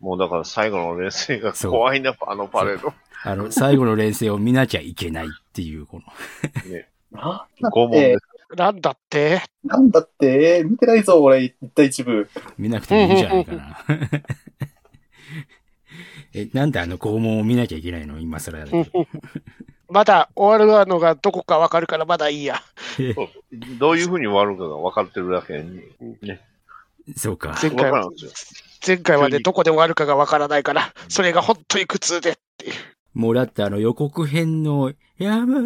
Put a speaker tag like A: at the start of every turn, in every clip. A: もうだから最後の練習が怖いな、あのパレード。
B: あの、最後の連戦を見なきゃいけないっていう、この。
C: な
A: 5問で
D: なんだって
C: なんだって、見てないぞ、俺、一対一部。
B: 見なくてもいいんじゃないかな。 え、なんであの拷問を見なきゃいけないの今更だけど。
D: まだ終わるのがどこかわかるからまだいいや。
A: す。どういうふうに終わるかが分かってるだけに、
B: そうか。
D: 前
A: 分
D: 回
A: か
D: は
A: らんですよ。
D: 前回はね、どこで終わるかがわからないから、それが本当に苦痛で。
B: もうだってあの予告編の、やめろ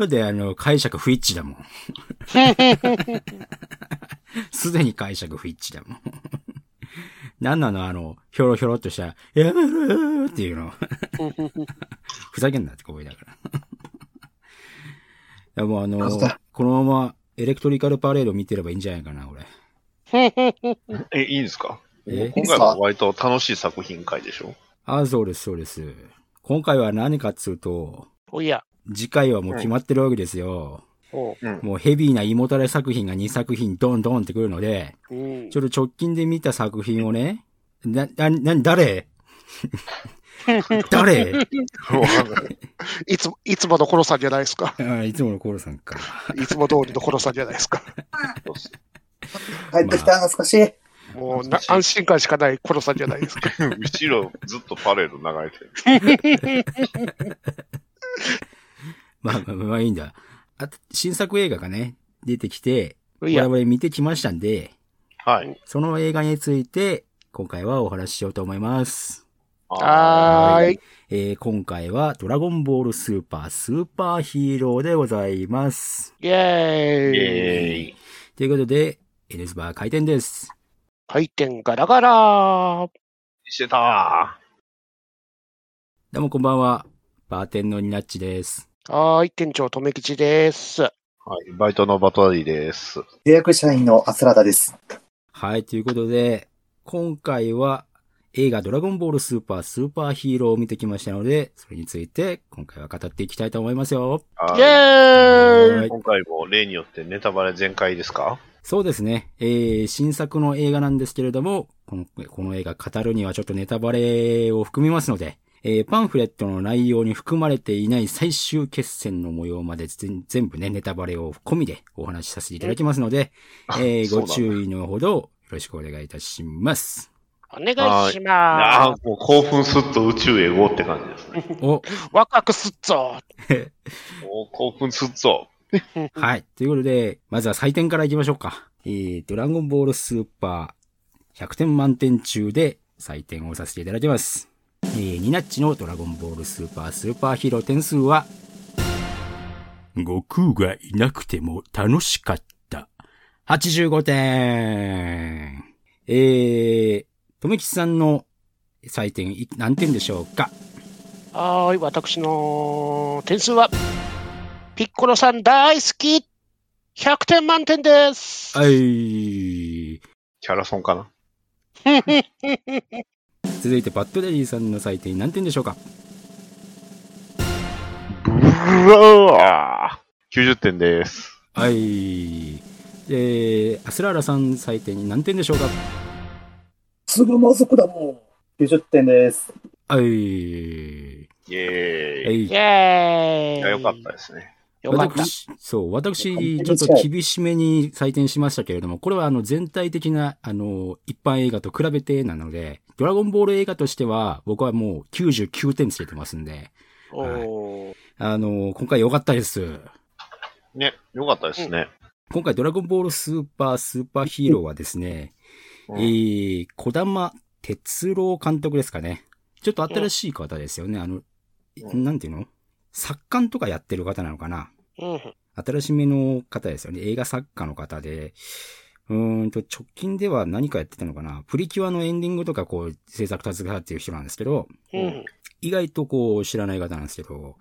B: ーであの解釈不一致だもん。すでに解釈不一致だもん。 なんなのあの、ひょろひょろっとした、やめろーっていうの。ふざけんなって声だから。でもあの
C: そうだ、
B: このままエレクトリカルパレード見てればいいんじゃないかな、俺。
A: え、いいんですか
B: え
A: 今回は割と楽しい作品会でし ょ
B: あ、そうです、そうです。今回は何かっつうと、
D: おいや。
B: 次回はもう決まってるわけですよ。
D: おう
B: もうヘビーな胃もたれ作品が2作品ドンドンってくるので、
D: うん
B: ちょっと直近で見た作品をね、な、な、な、誰 誰
D: いつもいつものコロさんじゃないですか。
B: あいつものコールさんか。
D: いつも通りのコロさんじゃないですか。
C: 帰ってきた、懐かしい。
D: もうな安心感しかないコロさんじゃないですか。
A: 後ろずっとパレード流れてる。
B: まあまあまあいいんだ。あと、新作映画がね、出てきて、
D: おい
B: 我
D: や。
B: 々見てきましたんで、
A: はい。
B: その映画について、今回はお話ししようと思います。
D: はーい。
B: えー今回はドラゴンボールスーパースーパーヒーローでございます。
D: イェ
A: ーイ
D: ーイ。
A: エーイ。
B: ということで、エルズバー開店です。
D: 回転ガラガラ。
A: してた
B: どうもこんばんは。バーテンのニナッチです。
D: はーい。店長、とめきちです。
A: ー。はい。バイトのバトラリーです。
C: 契約社員のアスラダです。
B: はい、ということで、今回は映画ドラゴンボールスーパースーパーヒーローを見てきましたので、それについて今回は語っていきたいと思いますよ。
A: は
D: イ
A: い
D: ェーイ
B: はい
A: 今回も例によってネタバレ全開ですか
B: そうですね。えー、新作の映画なんですけれども、この、この映画語るにはちょっとネタバレを含みますので、えー、パンフレットの内容に含まれていない最終決戦の模様まで全全部ね、ネタバレを込みでお話しさせていただきますので、えー、
A: そうな
B: ご
A: んだ
B: 注意のほどよろしくお願いいたし ます。
D: お願いし
A: あ
D: ま
A: あ、もう興奮すっと宇宙へゴーって感じですね。
B: お、
D: す。ワクワクすっぞ。
A: もう興奮すっぞ。
B: はい。ということで、まずは採点からいきましょうか。えー、ドラゴンボールスーパー、100点満点中で採点をさせていただきます。えー、ニナッチのドラゴンボールスーパースーパーヒーロー点数は、悟空がいなくても楽しかった。85点。えー、とめきちさんの採点い何点でしょうか
D: はーい。私の点数は、ピッコロさん大好き。100点満点です。
B: はい。
A: キャラソンかな
B: 続いてバッドデリーさんの採点何点でしょうか
A: ブワー !90 点です。
B: はい。えー、アスラーラさん採点に何点でしょうか
C: すぐ満足だもん。90点です。
B: はい。
A: イェー
B: は
A: イ。
B: い
D: イ。ェーイ。
A: いや、よかったですね。
D: よかった。
B: 私、そう、私、ちょっと厳しめに採点しましたけれども、これはあの全体的な、あの、一般映画と比べてなので、ドラゴンボール映画としては、僕はもう99点つけてますんで、
D: おー
B: あの、今回良かったです。
A: ね、よかったですね。
B: 今回、ドラゴンボールスーパースーパーヒーローはですね、
A: うん
B: えー、小玉哲郎監督ですかね。ちょっと新しい方ですよね。あの、
A: うん
B: なんていうの作家とかやってる方なのかな
D: うん
B: 新しめの方ですよね。映画作家の方で、うーんと、直近では何かやってたのかなプリキュアのエンディングとかこう、制作携わっていう人なんですけど、
D: うん
B: 意外とこう、知らない方なんですけど、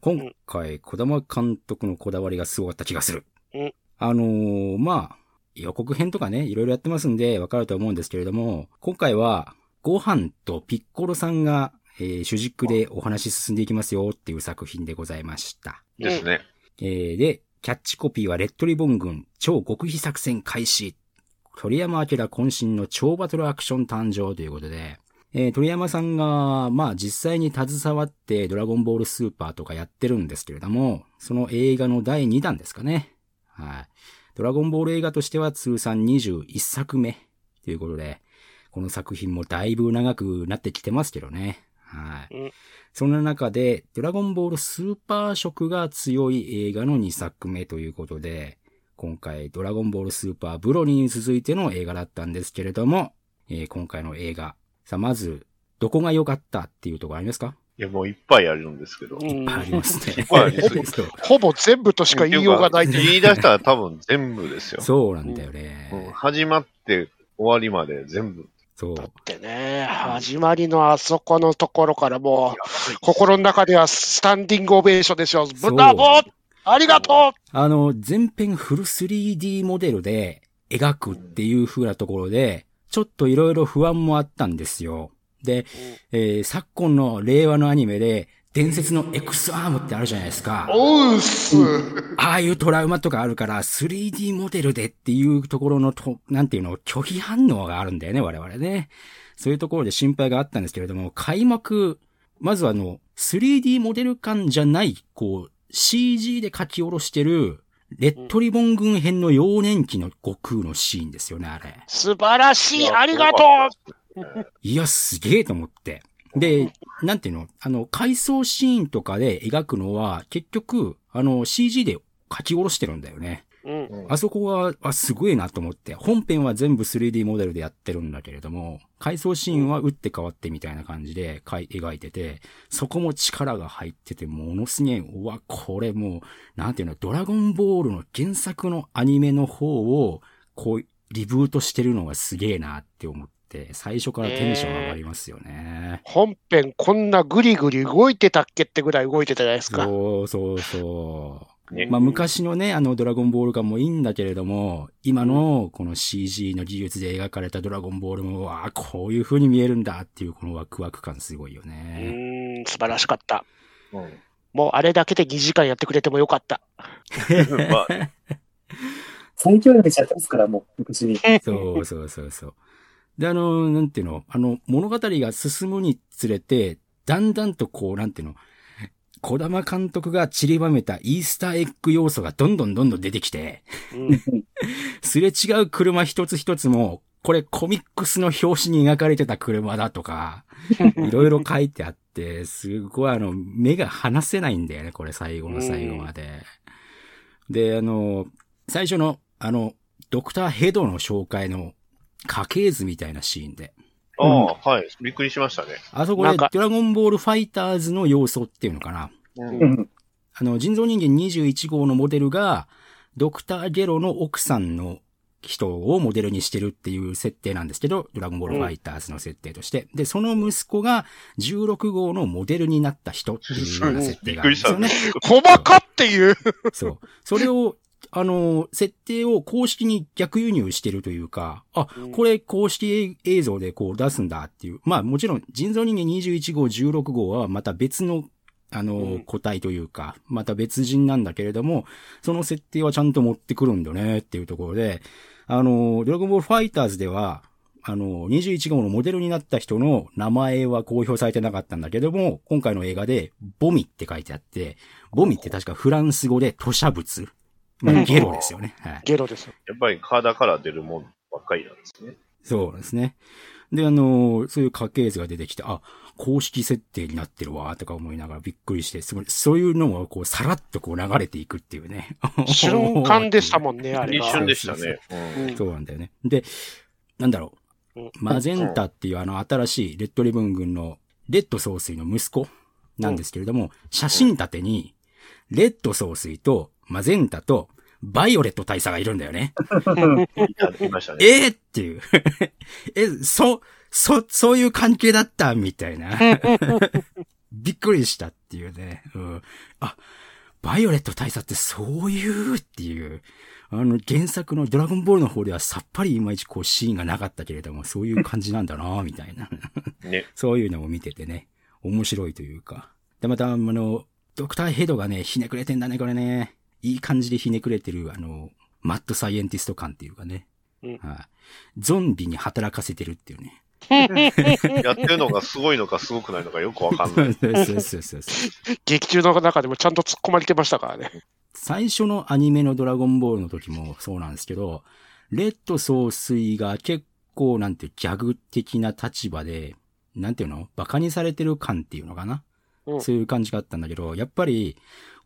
B: 今回、小玉監督のこだわりがすごかった気がする。
D: うん
B: あのーまあ、予告編とかね、いろいろやってますんで、わかると思うんですけれども、今回は、ご飯とピッコロさんが、えー主軸でお話進んでいきますよっていう作品でございました。
A: ですね。
B: えーで、キャッチコピーはレッドリボン軍超極秘作戦開始。鳥山明渾身の超バトルアクション誕生ということで、えー鳥山さんが、まあ実際に携わってドラゴンボールスーパーとかやってるんですけれども、その映画の第2弾ですかね。はい。ドラゴンボール映画としては通算21作目ということで、この作品もだいぶ長くなってきてますけどね。はい。
D: うん
B: そんな中で、ドラゴンボールスーパー色が強い映画の2作目ということで、今回ドラゴンボールスーパーブロリーに続いての映画だったんですけれども、えー今回の映画。さあ、まず、どこが良かったっていうところあります か
A: いや、もういっぱいあるんですけど。
D: うん
B: ありますね。
A: いっぱいありそうで
B: そう
D: ほぼ全部としか言いようがない
A: って言い出したら多分全部ですよ。
B: そうなんだ
A: う
B: よ
A: ん
B: ね。
A: 始まって終わりまで全部。
B: そう。
D: だってね、始まりのあそこのところからもう、心の中ではスタンディングオベーションでしょ。ブラボーありがと
B: あの、前編フル 3D モデルで描くっていう風なところで、ちょっといろいろ不安もあったんですよ。で、えー昨今の令和のアニメで、伝説の X アームってあるじゃないですか
D: う。おうっす、
B: ああいうトラウマとかあるから、3D モデルでっていうところのと、なんていうの、拒否反応があるんだよね、我々ね。そういうところで心配があったんですけれども、開幕、まずあの、3D モデル感じゃない、こう、CG で書き下ろしてる、レッドリボン軍編の幼年期の悟空のシーンですよね、あれ。
D: 素晴らしい、ありがとう
B: いや、すげえと思って。で、なんていうのあの、回想シーンとかで描くのは、結局、あの、CG で書き下ろしてるんだよね。
D: うん、
A: うん
B: あそこは、あ、すごいなと思って、本編は全部 3D モデルでやってるんだけれども、回想シーンは打って変わってみたいな感じでかい描いてて、そこも力が入ってて、ものすげえ、うわ、これもう、なんていうの、ドラゴンボールの原作のアニメの方を、こう、リブートしてるのがすげえなって思って、最初からテンション上がりますよね。
D: 本編こんなぐりぐり動いてたっけってぐらい動いてたじゃないですか。
B: そうそうそう。
A: ね
B: まあ、昔のね、あの、ドラゴンボール感もいいんだけれども、今の、この CG の技術で描かれたドラゴンボールも、わあ、こういう風に見えるんだっていう、このワクワク感すごいよ
D: う
B: ね。
D: ん、素晴らしかった。
A: うん
D: もうあれだけで2時間やってくれてもよかった。
A: まあ、
C: 最強にめちゃってますから、もう、昔に。
B: そうそうそうそう。で、あの、なんていうの、あの、物語が進むにつれて、だんだんとこう、なんていうの、小玉監督が散りばめたイースターエッグ要素がどんどんどんどん出てきて、
D: うん
B: すれ違う車一つ一つも、これコミックスの表紙に描かれてた車だとか、いろいろ書いてあって、すごいあの、目が離せないんだよね、これ最後の最後まで。で、あの、最初の、あの、ドクターヘドの紹介の家系図みたいなシーンで、
A: ああ、はい。びっくりしましたね。
B: あそこ
D: な
B: で
D: んか
B: ドラゴンボールファイターズの要素っていうのかな。
A: うん
C: う。ん。
B: あの、人造人間21号のモデルが、ドクターゲロの奥さんの人をモデルにしてるっていう設定なんですけど、ドラゴンボールファイターズの設定として。で、その息子が16号のモデルになった人っていうような設定があるんですよ ね。
D: 細かっていう。
B: そう。それを、あの、設定を公式に逆輸入してるというか、あ
D: うん、
B: これ公式映像でこう出すんだっていう。まあもちろん人造人間21号、16号はまた別の、あの、
D: うん
B: 個体というか、また別人なんだけれども、その設定はちゃんと持ってくるんだねっていうところで、あの、ドラゴンボールファイターズでは、あの、21号のモデルになった人の名前は公表されてなかったんだけども、今回の映画で、ボミって書いてあって、ボミって確かフランス語で吐砂物。まあ、ゲロですよね。はい。
D: ゲロです。
A: やっぱり体から出るものばっかりなんですね。
B: そうですね。で、あのーそういう家系図が出てきて、あ、公式設定になってるわ、とか思いながらびっくりして、すごい、そういうのもこう、さらっとこう流れていくっていうね。
D: 瞬間でしたもんね、あれ
A: 一
D: が。
A: 瞬でしたね。
D: うん
B: そうなんだよね。で、なんだろう
D: うん。
B: マゼンタっていうあの新しいレッドリブン軍のレッド総帥の息子なんですけれども、写真立てに、レッド総帥とマゼンタとバイオレット大佐がいるんだよね。
A: うん。いましたね。
B: えーっていう。 え、そ、そ、そういう関係だったみた いな。びっくりしたっていうね。うん。あ、バイオレット大佐ってそういうっていう。あの、原作のドラゴンボールの方ではさっぱりいまいちこうシーンがなかったけれども、そういう感じなんだなみたいな。
A: ね。
B: そういうのも見ててね、面白いというか。で、また、あの、ドクターヘドがね、ひねくれてんだね、これね。いい感じでひねくれてる、あの、マッドサイエンティスト感っていうかね。
D: うん
B: はい。ゾンビに働かせてるっていうね。
A: やってるのすごいのかすごくないのかよくわかん ない。
B: そうそうそうそう
D: 劇中の中でもちゃんと突っ込まれてましたからね。
B: 最初のアニメのドラゴンボールの時もそうなんですけど、レッド総帥が結構なんてギャグ的な立場で、なんていうの馬鹿にされてる感っていうのかな、
D: うん
B: そういう感じがあったんだけど、やっぱり、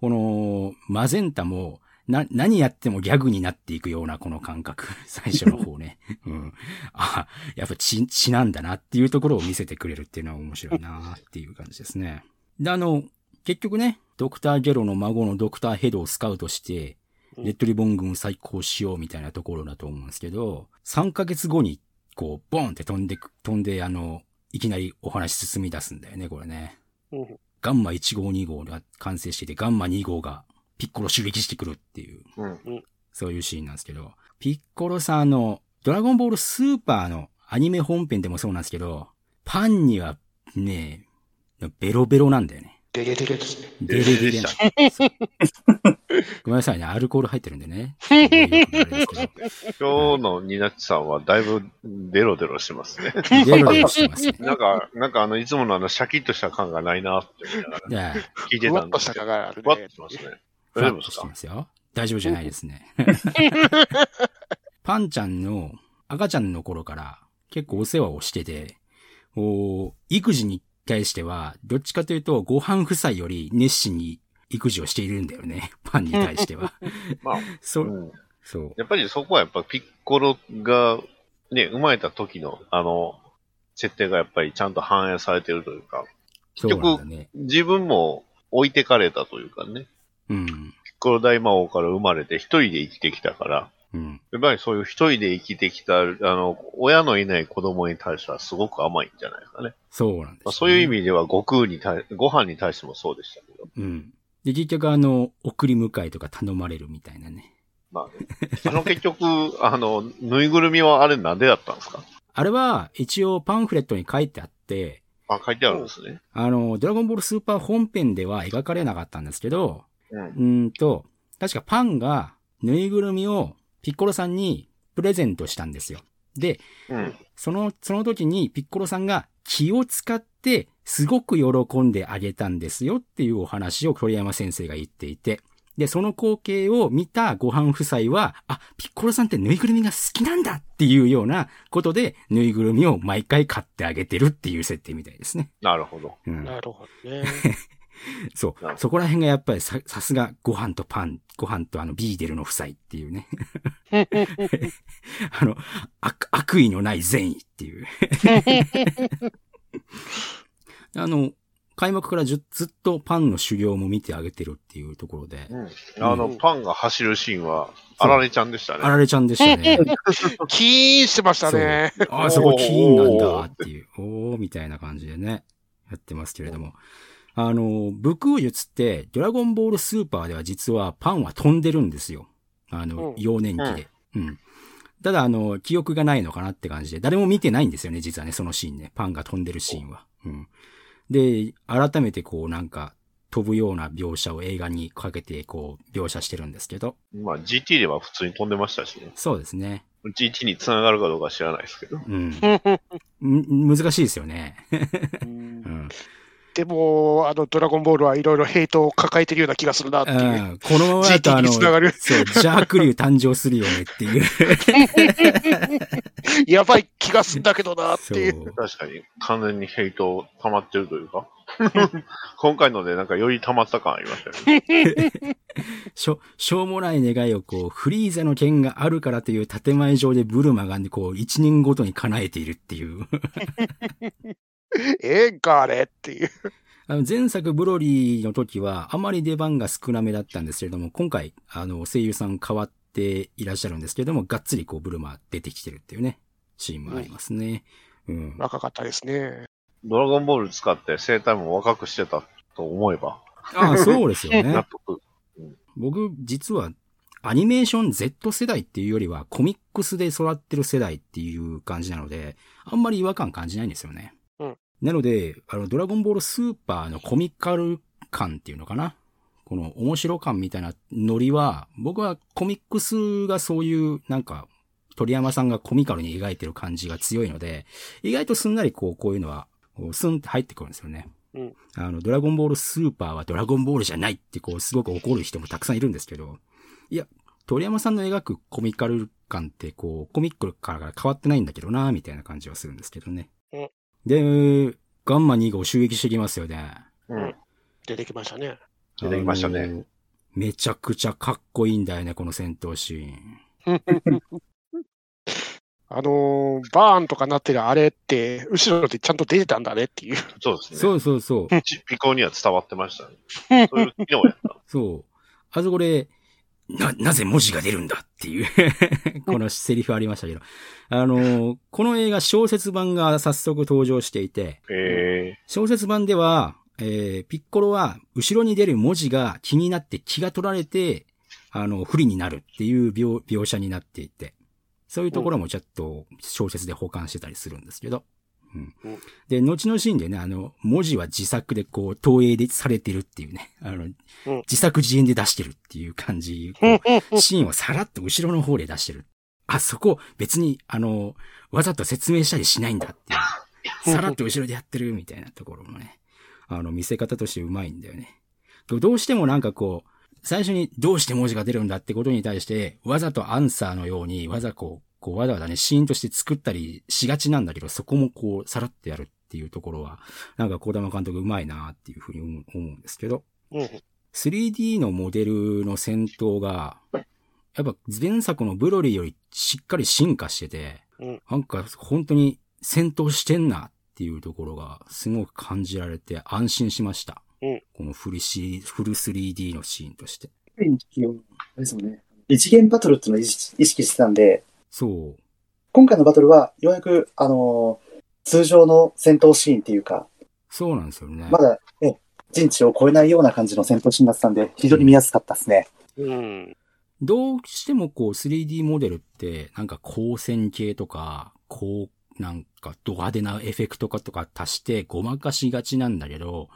B: この、マゼンタも、な、何やってもギャグになっていくようなこの感覚。 最初の方 ね。うん。あ、やっぱ血、血なんだなっていうところを見せてくれるっていうのは面白いなっていう感じですね。で、あの、結局ね、ドクターゲロの孫のドクターヘドをスカウトして、
D: うん
B: レッドリボン軍を再興しようみたいなところだと思うんですけど、3ヶ月後に、こう、ボンって飛んでく、飛んで、あの、いきなりお話進み出すんだよね、これね。
D: うん
B: ガンマ1号2号が完成してて、ガンマ2号がピッコロ襲撃してくるっていう、
A: うん。
B: そういうシーンなんですけど、ピッコロさんあの、ドラゴンボールスーパーのアニメ本編でもそうなんですけど、パンにはね、ベロベロなんだよね。
D: デレデレですね。
B: デレデレな ごめんなさいね、アルコール入ってるんでね。よくあれですけ
A: 今
B: ど
A: 日のニナッチさんはだいぶデロデロしてますね。
B: デロデロしてますね。
A: なんか、なんかあの、いつものあの、シャキッとした感がないなって思いながら
B: じゃあ、
A: 聞いて
D: ふわ
A: た
D: っ
A: ん
D: と
A: で
D: し
A: す
D: た
A: けど。
D: 感がある
A: ふわっ
D: ね
A: と。してますね。
B: フ
A: 大
B: ラ
A: 丈夫
B: ッ
A: で
B: と
A: す
B: して
A: か
B: ますよ。大丈夫じゃないですね。パンちゃんの赤ちゃんの頃から結構お世話をしてて、こう育児に対しては、どっちかというと、ご飯夫妻より熱心に育児をしているんだよね。パンに対しては。
A: まあ、
B: そうう、
A: ん。
B: そう。
A: やっぱりそこはやっぱピッコロが、ね、生まれた時の、あの、設定がやっぱりちゃんと反映されてるというか、
B: そうなんだね。
A: 自分も置いてかれたというかね、
B: うん。
A: ピッコロ大魔王から生まれて一人で生きてきたから、
B: うん。
A: やっぱりそういう一人で生きてきた、あの、親のいない子供に対してはすごく甘いんじゃないですかね。
B: そうなんです、ね
A: まあ、そういう意味では、悟空に対、ご飯に対してもそうでしたけど、
B: うん。で、結局あの、送り迎えとか頼まれるみたいなね。
A: まあ、あの結局、 あの、ぬいぐるみはあれなんでだったんですか
B: あれは、一応パンフレットに書いてあって、
A: あ、書いてあるんですね。
B: あの、ドラゴンボールスーパー本編では描かれなかったんですけど、
A: うん。
B: うーんと、確かパンがぬいぐるみをピッコロさんにプレゼントしたんですよ。で、
A: うん。
B: その、その時にピッコロさんが気を使ってすごく喜んであげたんですよっていうお話を鳥山先生が言っていて、で、その光景を見たご飯夫妻は、あ、ピッコロさんってぬいぐるみが好きなんだっていうようなことで、ぬいぐるみを毎回買ってあげてるっていう設定みたいですね。
A: なるほど。
B: うん、
D: なるほどね。
B: そ
A: なるほ
B: う。
A: ど
B: そこら辺がやっぱりさ、さすがご飯とパン、ご飯とあのビーデルの夫妻っていうね。 あの、悪、悪意のない善意っ ていう。あの、開幕からじゅずっとパンの修行も見てあげてるっていうところで、
A: うん。あの、
D: うん
A: パンが走るシーンは、あられちゃんでした
B: あ
A: ね。
B: られちゃんでしたね。
D: キーンしてましたね。
B: ああ、そこキーンなんだっていう、おーみたいな感じでね、やってますけれども。あの、武空術って、ドラゴンボールスーパーでは実はパンは飛んでるんですよ。あ
D: う
B: の
D: ん、
B: 幼年期で。うん。ただ、あの、記憶がないのかなって感じで、誰も見てないんですよね、実はね、そのシーンね。パンが飛んでるシーンは。うん。で、改めてこう、なんか、飛ぶような描写を映画にかけて、こう、描写してるんですけど。
A: まあ、GT では普通に飛んでましたしね。
B: そうですね。
A: GT に繋がるかどうかは知らないですけど。
B: うん。ん難しいですよね。うん。
D: でも、あの、ドラゴンボールはいろいろヘイトを抱えてるような気がするなっていう。
B: うんこのままだとあ
D: GT
B: の、
D: に
B: そう、ジ
D: 繋がる
B: ャーク流誕生するよねって いう。
D: やばい気がするんだけどなって
B: そう
D: いう。。
A: 確かに、完全にヘイト溜まってるというか。 今回ので、なんかより溜まった感ありましたよね。
B: しょ、しょうもない願いをこう、フリーザの剣があるからという建前上でブルマがねこう、一年ごとに叶えているっていう。
D: ええんか、あれっていう。
B: あの前作ブロリーの時は、あまり出番が少なめだったんですけれども、今回、あの、声優さん変わっていらっしゃるんですけれども、がっつりこう、ブルマ出てきてるっていうね、シーンもありますね。うん。
D: 若かったですね。
A: ドラゴンボール使って生態も若くしてたと思えば、
B: ああ、そうですよ ね
A: 納。得。
B: 僕、実は、アニメーション Z 世代っていうよりは、コミックスで育ってる世代っていう感じなので、あんまり違和感感じないんですよね。
D: うん
B: なので、あの、ドラゴンボールスーパーのコミカル感っていうのかな。この面白感みたいなノリは、僕はコミックスがそういう、なんか、鳥山さんがコミカルに描いてる感じが強いので、意外とすんなりこう、こういうのは、こうスンって入ってくるんですよね。
D: うん
B: あの、ドラゴンボールスーパーはドラゴンボールじゃないってこう、すごく怒る人もたくさんいるんですけど、いや、鳥山さんの描くコミカル感ってこう、コミックから変わってないんだけどなみたいな感じはするんですけどね。
D: うん
B: で、ガンマ2号襲撃してきますよね。
A: うん。
D: 出てきましたね。
A: 出てきましたね
B: あの。めちゃくちゃかっこいいんだよね、この戦闘シーン。
D: あのーバーンとかなってるあれって、後ろでちゃんと出てたんだねっていう。
A: そうです
B: そ
A: ね。
B: うそうそう。
A: ちピコには伝わってました ね。そういう機能やった。
B: そう。あそこで、な、なぜ文字が出るんだっていう、 このセリフありましたけど。あの、この映画小説版が早速登場していて、
A: え
B: 小説版では、えー、ピッコロは後ろに出る文字が気になって気が取られて、あの、不利になるっていう描描写になっていて、そういうところもちょっと小説で保管してたりするんですけど。うん
D: うん、
B: で、後のシーンでね、あの、文字は自作でこう、投影でされてるっていうね、あの、自作自演で出してるっていう感じ、こうシーンをさらっと後ろの方で出してる。あ、そこ、別に、あの、わざと説明したりしないんだっていう。さらっと後ろでやってるみたいなところもね。あの、見せ方としてうまいんだよね。でもどうしてもなんかこう、最初にどうして文字が出るんだってことに対して、わざとアンサーのように、わざこう、こうわざわざね、シーンとして作ったりしがちなんだけど、そこもこう、さらっとやるっていうところは、なんか小玉監督うまいなっていうふうに思う思うんですけど。
D: うん
B: 3D のモデルの戦闘が、やっぱ前作のブロリーよりしっかり進化してて、
D: うん
B: なんか本当に戦闘してんなっていうところがすごく感じられて安心しました。
D: うん
B: このフルシフル 3D のシーンとして。
C: 意識を、あれですもんね。異次元バトルっていうのを意識意識してたんで、
B: そう。
C: 今回のバトルは、ようやく、あのー通常の戦闘シーンっていうか、
B: そうなんですよね。
C: まだ、え、陣地を超えないような感じの戦闘シーンだったんで、非常に見やすかったですね。
D: うん。
B: どうしてもこう 3D モデルって、なんか光線系とか、こう、なんかド派手なエフェクトかとか足してごまかしがちなんだけど、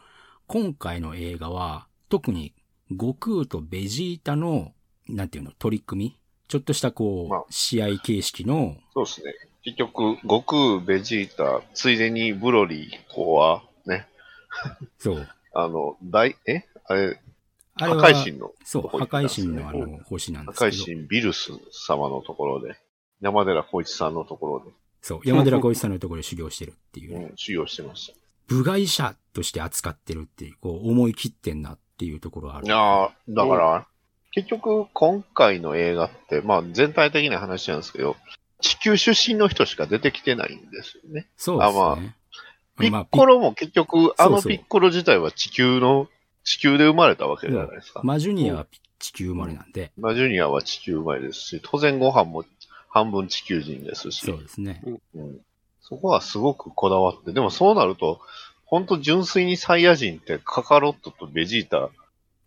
B: 今回の映画は、特に悟空とベジータの、なんていうの、取り組みちょっとしたこ
A: まあ
B: う、試合形式の、
A: そうですね。結局、悟空、ベジータ、ついでにブロリー、コア、ね、
B: そう。
A: あの、大、えあれ、
B: あ
A: 破
B: れは、
A: 壊神の、
B: そう、
A: どこ行
B: 破
A: ったん
B: 壊
A: ですか
B: 神
A: ね
B: のあの、星なん
A: 破
B: ですけ
A: 壊。
B: ど
A: 神ビルス様のところで、山寺宏一さんのところ
B: そう、山寺小一さんのところで修行してるっていう
A: で、
B: ね。
A: うん、修行してまし
B: 部外者として扱ってるっていう、こう、思い切ってんなっていうところは
A: た。
B: ある。
A: いやーだから、結局、今回の映画って、まあ、全体的な話なんですけど、地球出身の人しか出てきてないんですよね。
B: そうですね。
A: あピ
B: まあ
A: ッコロも結局、あの
B: そうそう
A: ピッコロ自体は地球の、地球で生まれたわけじゃないですか。
B: マジュニアは地球生まれなんで、
A: まあ、ジュニアは地球生まれですし、当然ご飯も半分地球人ですし、
B: そうですね。
A: うん、そこはすごくこだわって、でもそうなると、本当純粋にサイヤ人ってカカロットとベジータ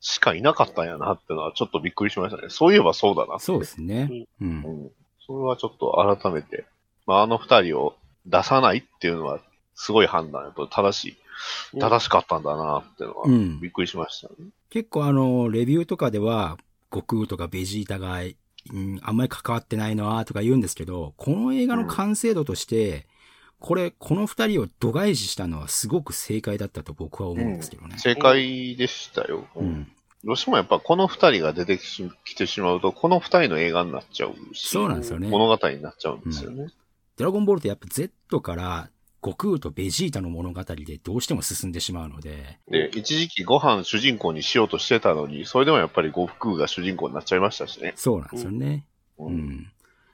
A: しかいなかったんやなってのはちょっとびっくりしましたね。そういえばそうだなって。
B: そうですね。う。
A: うんん。それはちょっと改めて、まあ、あの二人を出さないっていうのはすごい判断やと正しい、正しかったんだなってのは
B: うん
A: びっくりしましたね。
B: 結構あの、レビューとかでは、悟空とかベジータが、うん、あんまり関わってないなとか言うんですけど、この映画の完成度として、これ、この二人を度外視したのはすごく正解だったと僕は思うんですけどね。
A: 正解でしたよ。
B: う
A: うん
B: ん。
A: どうしてもやっぱこの二人が出てききてしまうと、この二人の映画になっちゃうし、
B: そうなんですよね。
A: 物語になっちゃうんですよね。
B: ドラゴンボールってやっぱ Z から悟空とベジータの物語でどうしても進んでしまうので、
A: で、一時期ご飯主人公にしようとしてたのに、それでもやっぱり悟空が主人公になっちゃいましたしね。
B: そうなんですよね。
A: う
B: う。ん。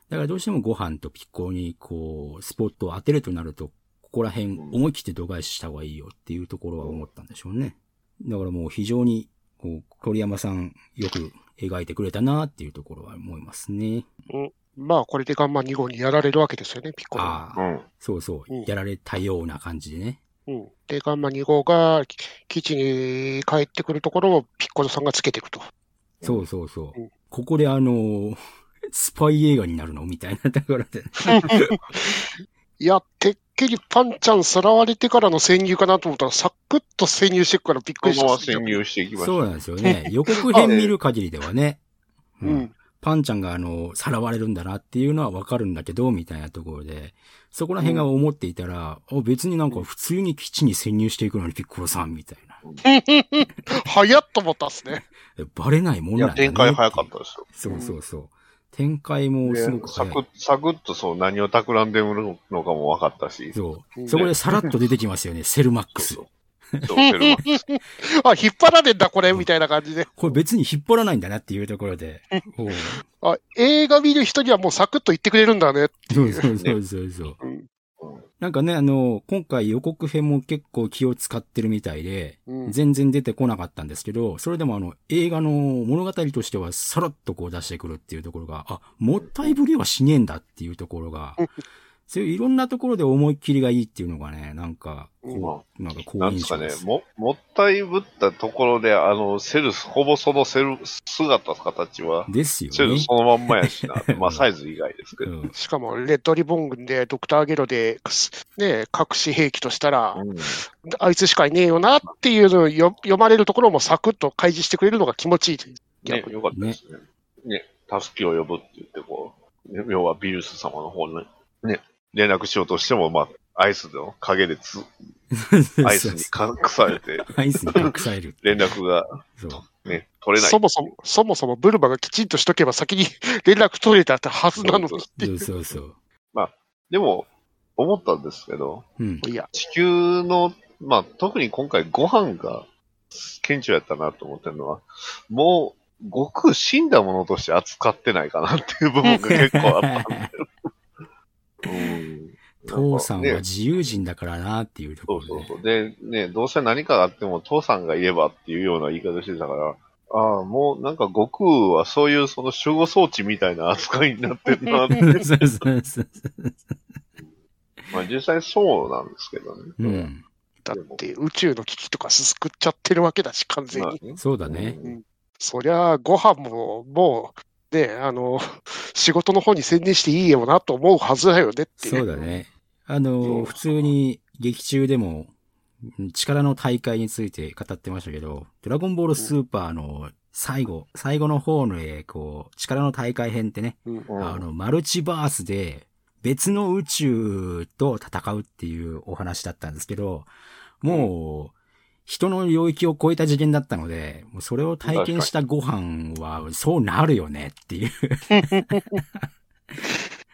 B: だからどうしてもご飯とピッコロにこう、スポットを当てるとなると、ここら辺
A: うん
B: 思い切って度外視した方がいいよっていうところは思ったんでしょうね。だからもう非常に、こう、鳥山さんよく描いてくれたなっていうところは思いますね。
D: まあ、これでガンマ2号にやられるわけですよね、ピッコロ。
B: あ
A: う
B: あ、
A: ん。
B: そうそう
D: うん、
B: やられたような感じでね。
D: うん、で、ガンマ2号がき基地に帰ってくるところをピッコロさんがつけていくと。
B: そうそうそう
D: うん。
B: ここであのースパイ映画になるのみたいなところで。
D: いや、てっきりパンちゃんさらわれてからの潜入かなと思ったら、サクッと潜入していくからびっく
A: こ
D: り
A: の
D: し
A: まま
D: た。
A: 潜入していきまし
B: そ
A: た。
B: うなんですよね。予告編見る限りではね。
D: うん。
B: パンちゃんがあの、さらわれるんだなっていうのはわかるんだけど、みたいなところで、そこら辺が思っていたら、あ別になんか普通に基地に潜入していくのにピッコロさん、みたいな。
D: 早っと思ったっすね。
B: バレないもん
A: い
B: なん
A: や、
B: だねっていう
A: 展開早かったですよ。
B: そうそうそう。展開もすごく
A: サ
B: 早い
A: ク。ッ、サクッとそう、何を企んでるのかも分かったし、
B: そう。
A: ね
B: そこでさらっと出てきますよね、セルマックス。
A: そう、テルマ
D: あ、引っ張られんだ、これ、みたいな感じで。
B: これ別に引っ張らないんだなっていうところで。おう
D: あ、映画見る人にはもうサクッと言ってくれるんだね。
B: そうそうそうそうそう
D: うん。
B: なんかね、あの、今回予告編も結構気を使ってるみたいで、
D: うん
B: 全然出てこなかったんですけど、それでもあの、映画の物語としてはさらっとこう出してくるっていうところが、あ、もったいぶりはしねえんだっていうところが、そういういろんなところで思いっきりがいいっていうのがね、なんか、こう、なんか好
A: なんで
B: 印
A: すか
B: 象
A: ね
B: です、。
A: も、もったいぶったところで、あの、セルス、ほぼそのセル、姿、形は、
B: ですよ
A: セル
B: ね
A: ス。そのまんまやしな。まあ、サイズ以外ですけ
B: う
A: ど。
B: ん、
D: しかも、レッドリボン軍で、ドクターゲロで、くすね、隠し兵器としたら、
A: うん
D: あいつしかいねえよなっていうのをよ読まれるところもサクッと開示してくれるのが気持ちいい。
A: ね、よかったですね。ね、助けを呼ぶって言って、こう、ね要はビルス様の方にね、ね、連絡しようとしても、まあ、アイスの陰でつ、アイス に隠されて、
B: アイスに隠される。
A: 連絡が
B: そう。
A: ね、取れない。
D: そもそも、そもそもブルマがきちんとしとけば先に連絡取れたってはずなのにって
B: そ
D: いうう。
B: そうそう。
A: でも、思ったんですけど、
B: うん。
D: いや、
A: 地球の、まあ、特に今回ご飯が顕著やったなと思ってるのは、もう、悟空死んだものとして扱ってないかなっていう部分が結構あ った。うん。
B: 父さん
A: な
B: は
A: かね
B: 自由人だからなっていうと
A: そ
B: こ
A: うそ
B: ろ
A: う
B: で。
A: そう。で、ね、どうせ何かがあっても父さんがいればっていうような言い方してたから、ああ、もうなんか悟空はそういうその守護装置みたいな扱いになってるな って。
B: そうそうそう
A: まあ実際そうなんですけどね。
B: うん。
D: だって宇宙の危機とかすすくっちゃってるわけだし、完全
A: まあ
D: に。
A: ね
B: そうだね。
D: そりゃ、ご飯も、もう、ね、あの、仕事の方に専念していいよなと思うはずだよねってい。
B: そううだね。あ
A: そ
B: の、
A: う
B: 普通に劇中でも、うん力の大会について語ってましたけど、ドラゴンボールスーパーの最後、最後の方の、えーこう、力の大会編ってね、
A: うん
B: あの、マルチバースで別の宇宙と戦うっていうお話だったんですけど、もう、人の領域を超えた次元だったので、もうそれを体験したご飯は、そうなるよねっていう。
D: っ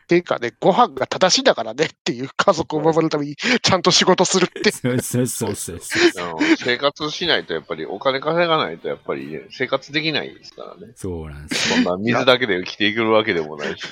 D: ていうかね、ご飯が正しいんだからねっていう、家族を守るた めにちゃんと仕事するって。
B: そうそうそうそう。
A: あの生活しないとやっぱり、お金稼がないとやっぱり、ね、生活できないですからね。
B: そうなんです。
A: そんな水だけで生きていけるわけでもないし。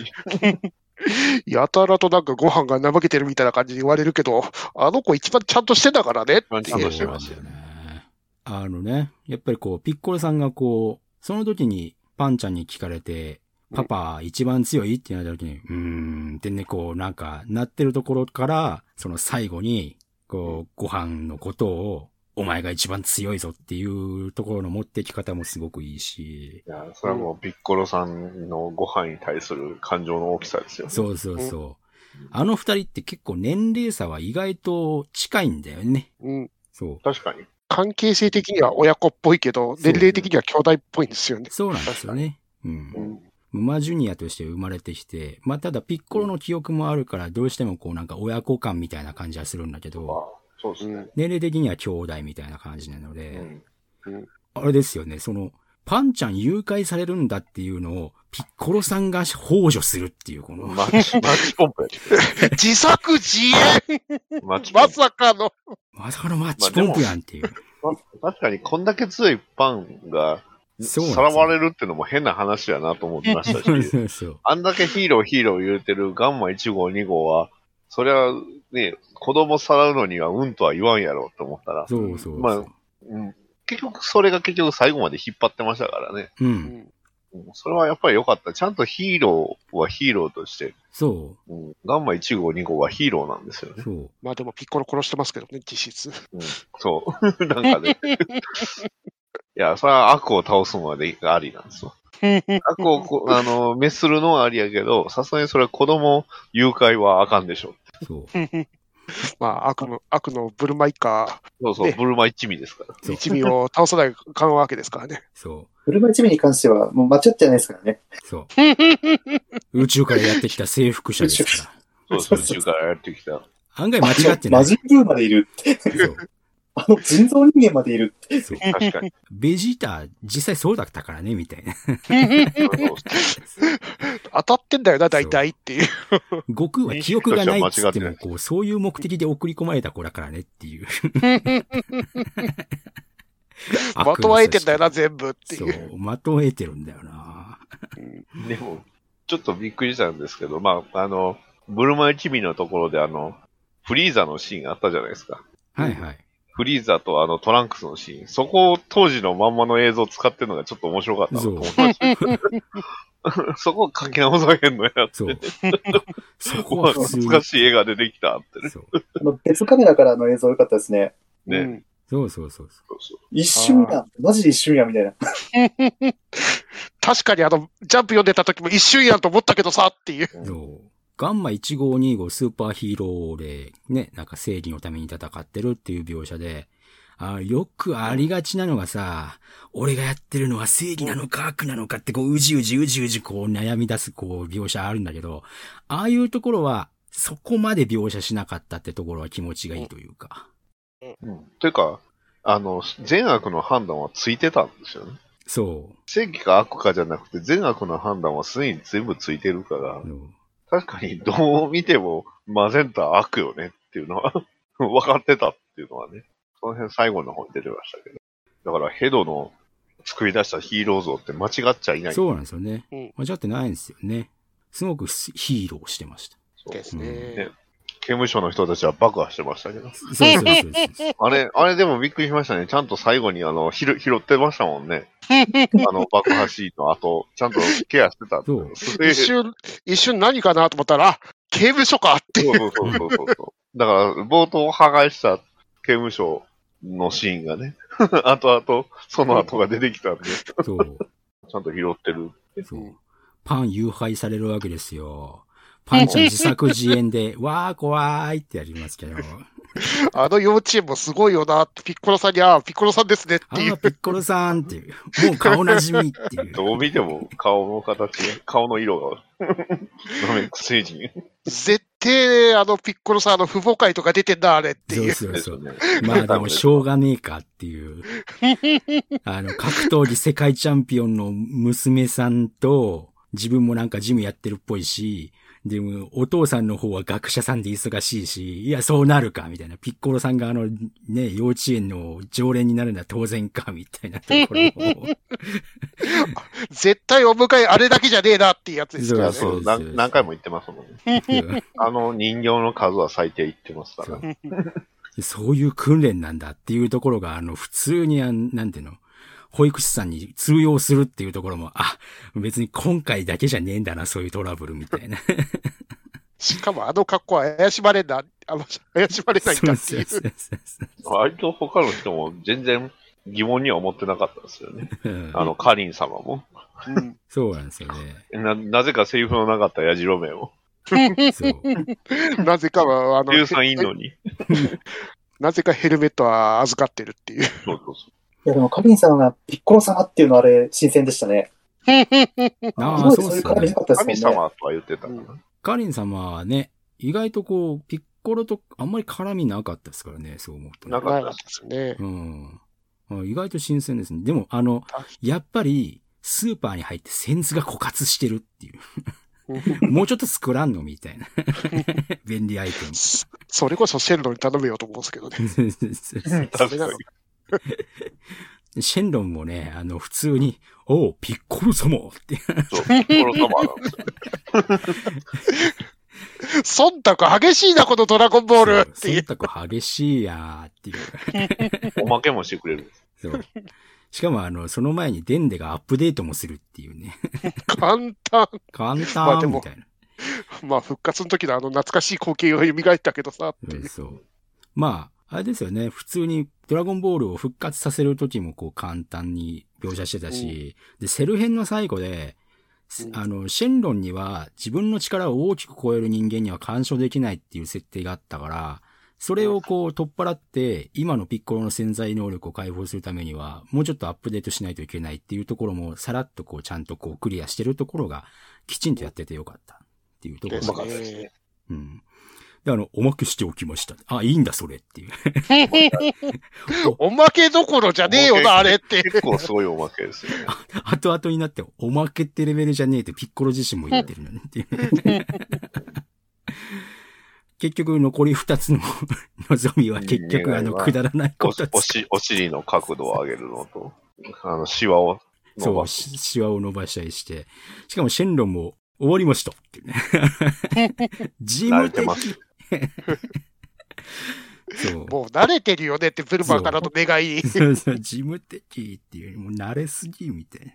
D: やたらとなんかご飯が怠けてるみたいな感じに言われるけど、あの子一番ちゃんとしてんだからねって
A: ちゃん
D: い
A: と
D: う。
A: してますよ
B: そうなんだよね。あのね、やっぱりこう、ピッコロさんがこう、その時にパンちゃんに聞かれて、パパ一番強いってなった時に、うーんってね、こうなんか、なってるところから、その最後に、こう、ご飯のことを、お前が一番強いぞっていうところの持ってき方もすごくいいし、
A: いや、それはもうピッコロさんのご飯に対する感情の大きさですよ。
B: そうそうそう。あの二人って結構年齢差は意外と近いんだよね。
D: うん、
B: そう。
A: 確かに。
D: 関係性的には親子っぽいけど、
B: そう
D: 年齢的には兄弟っぽいんですよね。
B: そうなんですよね。うん。馬ジュニアとして生まれてきて、まあ、ただピッコロの記憶もあるから、どうしてもこうなんか親子感みたいな感じはするんだけ
A: まあ
B: ど、、
A: そうですね。
B: 年齢的には兄弟みたいな感じなの
A: う
B: で、
A: ん
B: あれですよね、その、パンちゃん誘拐されるんだっていうのを、ピッコロさんが幇助するっていう、この、
A: マッチ、 マッチポンプや
D: 自作自 演
A: マッチポン
D: ま
A: プ。
D: さかの。
B: まさかのマッチポンプやんっていう。
A: 確かに、こんだけ強いパンが、
B: そうなんですよ
A: さらわれるってのも変な話やなと思ってました
B: そう
A: し、
B: そうそう。
A: あんだけヒーローヒーロー言うてるガンマ1号2号は、そりゃ、ね、子供さらうのにはうんとは言わんやろと思ったら、
B: そうそう
A: ま
B: そ
A: あ
B: う。
A: うん、結局、それが結局最後まで引っ張ってましたからね。
B: う。
D: うんん
A: うんそれはやっぱり良かった。ちゃんとヒーローはヒーローとして、
B: そ
A: うん、ガンマ1号2号はヒーローなんですよ
B: う。
A: ね。
B: そう。
D: まあでもピッコロ殺してますけどね、実質。
A: そう。 なんかね。いや、それは悪を倒すまでがありなんですよ。悪をこ、 あの、滅するのはありやけど、さすがにそれは子供誘拐はあかんでしょ。
B: そう。
D: まあ、悪の、悪のブルマイカ
A: そうそう、
D: ね
A: ブルマ一味ですから。
B: そう
D: 一味を倒さないかんわけですからね。
B: そ
C: 車一味に関しては、もう間違ってないですからね。
B: う、そう。宇宙からやってきた征服者ですから。
A: そうそう、宇宙からやってきた。
B: 案外間違ってない。
C: マジックブーまでいる。
B: そう
C: あの人造人間までいる。
B: そう
A: 確かに。
B: ベジータ、実際そうだったからね、みたい な。
D: 当たってんだよな、大体っていう。
B: 悟空は記憶がないっつっても、こう、そういう目的で送り込まれた子だからねって いう。
D: まとわえてんだよな、全部って
B: そ
D: いう。
B: う、まとえてるんだよな。
A: でも、ちょっとびっくりしたんですけど、まあ、あの、ブルマ一味のところで、あの、フリーザのシーンあったじゃないですか。
B: はいはい。
A: フリーザとあのトランクスのシーン。そこを当時のまんまの映像を使ってるのがちょっと面白かったなと思いました。 そこを書き直さへんのやって。
B: そう。そこは
A: 懐
B: 普通 に
A: かしい絵が出てきたってね。
B: そう
C: あの別カメラからの映像良かったですね。
A: ね
D: うん
B: そうそうそうそ
A: そうそう
C: 一瞬や。マジで一瞬や、みたいな。
D: 確かにあの、ジャンプ読んでた時も一瞬やんと思ったけどさっていう。
B: う。そうガンマ1号2号スーパーヒーローで、ね、なんか正義のために戦ってるっていう描写で、あよくありがちなのがさ、俺がやってるのは正義なのか悪なのかってこう、うじうじうじうじこう悩み出すこう描写あるんだけど、ああいうところは、そこまで描写しなかったってところは気持ちがいいというか。
A: うん。てか、あの、善悪の判断はついてたんですよね。
B: そ
A: 正義か悪かじゃなくて、善悪の判断はすでに全部ついてるから
B: う。、うん
A: 確かにどう見ても、マゼンタ悪よねっていうのは、 分かってたっていうのはね、その辺最後の方に出てましたけど。だから、ヘドの作り出したヒーロー像って間違っちゃいない。
B: そうなんですよね
D: うん。
B: 間違ってないんですよね。すごくヒーローしてました。
A: そう
D: です
A: ね
D: ね。
A: 刑務所の人たちは爆破してましたけど。
B: そうそうそうそう。
A: あ れ、あれでもびっくりしましたね。ちゃんと最後にあの、ひる拾ってましたもん ね。あの、爆破シーンの後、ちゃんとケアしてたってい
B: そう
A: う。すげえ
D: 一瞬、一瞬何かなと思ったら、あ刑務所かっていう。
A: そうそうそうそうそう。だから、冒頭破壊した刑務所のシーンがね、 あとあと、その後が出てきたんで、ち
B: そう。
A: ゃんと拾ってる。
B: そう。パン誘拐されるわけですよ。パンちゃん自作自演で、 わー怖いってやりますけど。
D: あの幼稚園もすごいよなって、ピッコロさんに、ああ、ピッコロさんですねっ
B: あ
D: ていう
B: ー、。ピッコロさんっていう。もう顔なじみっていう。
A: どう見ても顔の形が、顔の色が、ナメック星人
D: 絶対、あのピッコロさん、あの、父母会とか出てんだ、あれって
B: そ
D: いうう。
B: そう
A: です
B: そ
A: よ
B: う。
A: ね。
B: まあでもしょうがねえかっていう。あの、格闘技世界チャンピオンの娘さんと、自分もなんかジムやってるっぽいし、でも、お父さんの方は学者さんで忙しいし、いや、そうなるか、みたいな。ピッコロさんがあの、ね、幼稚園の常連になるのは当然か、みたいなところを。
D: 絶対お迎え、あれだけじゃねえなっていうやつですか
A: い
D: ら
A: や
D: ね。
A: そう
B: そう
A: な
B: ですよ
A: 何回も言ってますもんね。あの人形の数は最低言ってますか
B: そ
A: ら。
B: うそういう訓練なんだっていうところが、あの、普通に、あんなんていうの、保育士さんに通用するっていうところも、あ、別に今回だけじゃねえんだな、そういうトラブルみた いな。
D: しかも、あの格好は怪しまれな、あま怪しまれないん
B: そう
D: だ
B: そう
D: って
B: そ
D: いうう。
B: そうそう
A: 割と他の人も全然疑問には思ってなかったですよね。
B: うん
A: あの、カリン様も。
D: うん
B: そうなんですよね。
A: な、なぜかセリフのなかった矢印名 も。
B: そう。
D: なぜかは、あの、
A: 硫酸いんのに。
D: なぜかヘルメットは預かってるっていう。
A: そうそうそ
C: いや、でもカリンさんがピッコロ様っていうのあれ、新鮮でしたね。す
B: あ
C: ご
B: あ、
C: い
B: そう
C: そう
B: です
C: いう
B: よ
C: 感じ
B: ね
C: な。かった
A: う。神
C: ですもんね。
A: 様とは言ってたかな。
B: カリン様はね、意外とこう、ピッコロとあんまり絡みなかったですからね、そう思うとね、
A: な
D: な
A: か
D: い
A: った
D: で
A: です
D: ね。
B: うん。あ意外と新鮮ですね。でも、あの、やっぱり、スーパーに入ってセンスが枯渇してるっていう。 もうちょっと作らんのみたいな。便利アイテム。
D: それこそシェンロンに頼めようと思うんですけど ね。
A: 確かに。
B: シェンロンもね、あの、普通に、おう、ピッコロ様って。
A: そう、ピッコロ様なんですよ。
D: 忖度激しいな、このドラゴンボールっていう。
B: 忖度激しいやーっていう。
A: おまけもしてくれる。
B: そう。しかも、あの、その前にデンデがアップデートもするっていうね。
D: 簡単。
B: 簡
D: まあで
B: 単
D: も
B: みたいな。
D: まあ、復活の時のあの懐かしい光景を蘇ったけどさ、って
B: う
D: い
B: ん
D: う。
B: そう。まあ、あれですよね。普通にドラゴンボールを復活させる時もこう簡単に描写してたし、で、セル編の最後で、す
D: うん
B: あの、シェンロンには自分の力を大きく超える人間には干渉できないっていう設定があったから、それをこう取っ払って、今のピッコロの潜在能力を解放するためには、もうちょっとアップデートしないといけないっていうところも、さらっとこうちゃんとこうクリアしてるところが、きちんとやっててよかったっていうところ
A: う
B: で
A: ん
B: す
A: 細
B: ね
A: かったですね。
B: うん。で、あの、おまけしておきました。あ、いいんだ、それっ ていう。
D: おまけどころじゃねえよな、あれって。
A: 結構すごいおまけですよね。
B: 後々になって、おまけってレベルじゃねえってピッコロ自身も言ってるのねっていう。結局、残り二つの 望みは結
A: いい
B: 局、
A: ね
B: あの、
A: まあ
B: くだらない
A: お
B: こと
A: おしお尻の角度を上げるのと、あの、シワを伸
B: そう、
A: ばす。
B: しシワを伸ばしたりして。しかも、シェンロンも終わりましたっていうね。 事
A: 慣
B: 務
A: れて
B: 的
A: ます。
B: そう。
D: もう慣れてるよねって、ブルマーからの願い。
B: そうそう、事務的っていう、もう慣れすぎみたいな。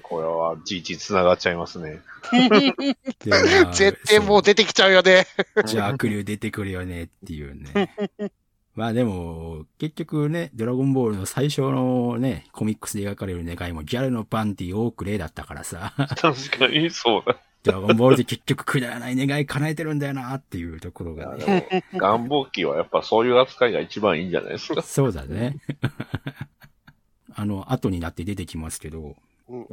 A: これは、じいじ繋がっちゃいますね。
B: で まあ
D: 絶対も
B: そう
D: 出てきちゃうよね。
B: じゃあ悪竜出てくるよねっていうね。まあでも、結局ね、ドラゴンボールの最初のね、コミックスで描かれる願いもギャルのパンティー多く例だったから さ、
A: 確かに、そうだ。
B: ドラゴンボールで結局くだらない願い叶えてるんだよなっていうところがね。
A: でも願望期はやっぱそういう扱いが一番いいんじゃないですか。
B: そうだね。 あの、後になって出てきますけど、
A: うん。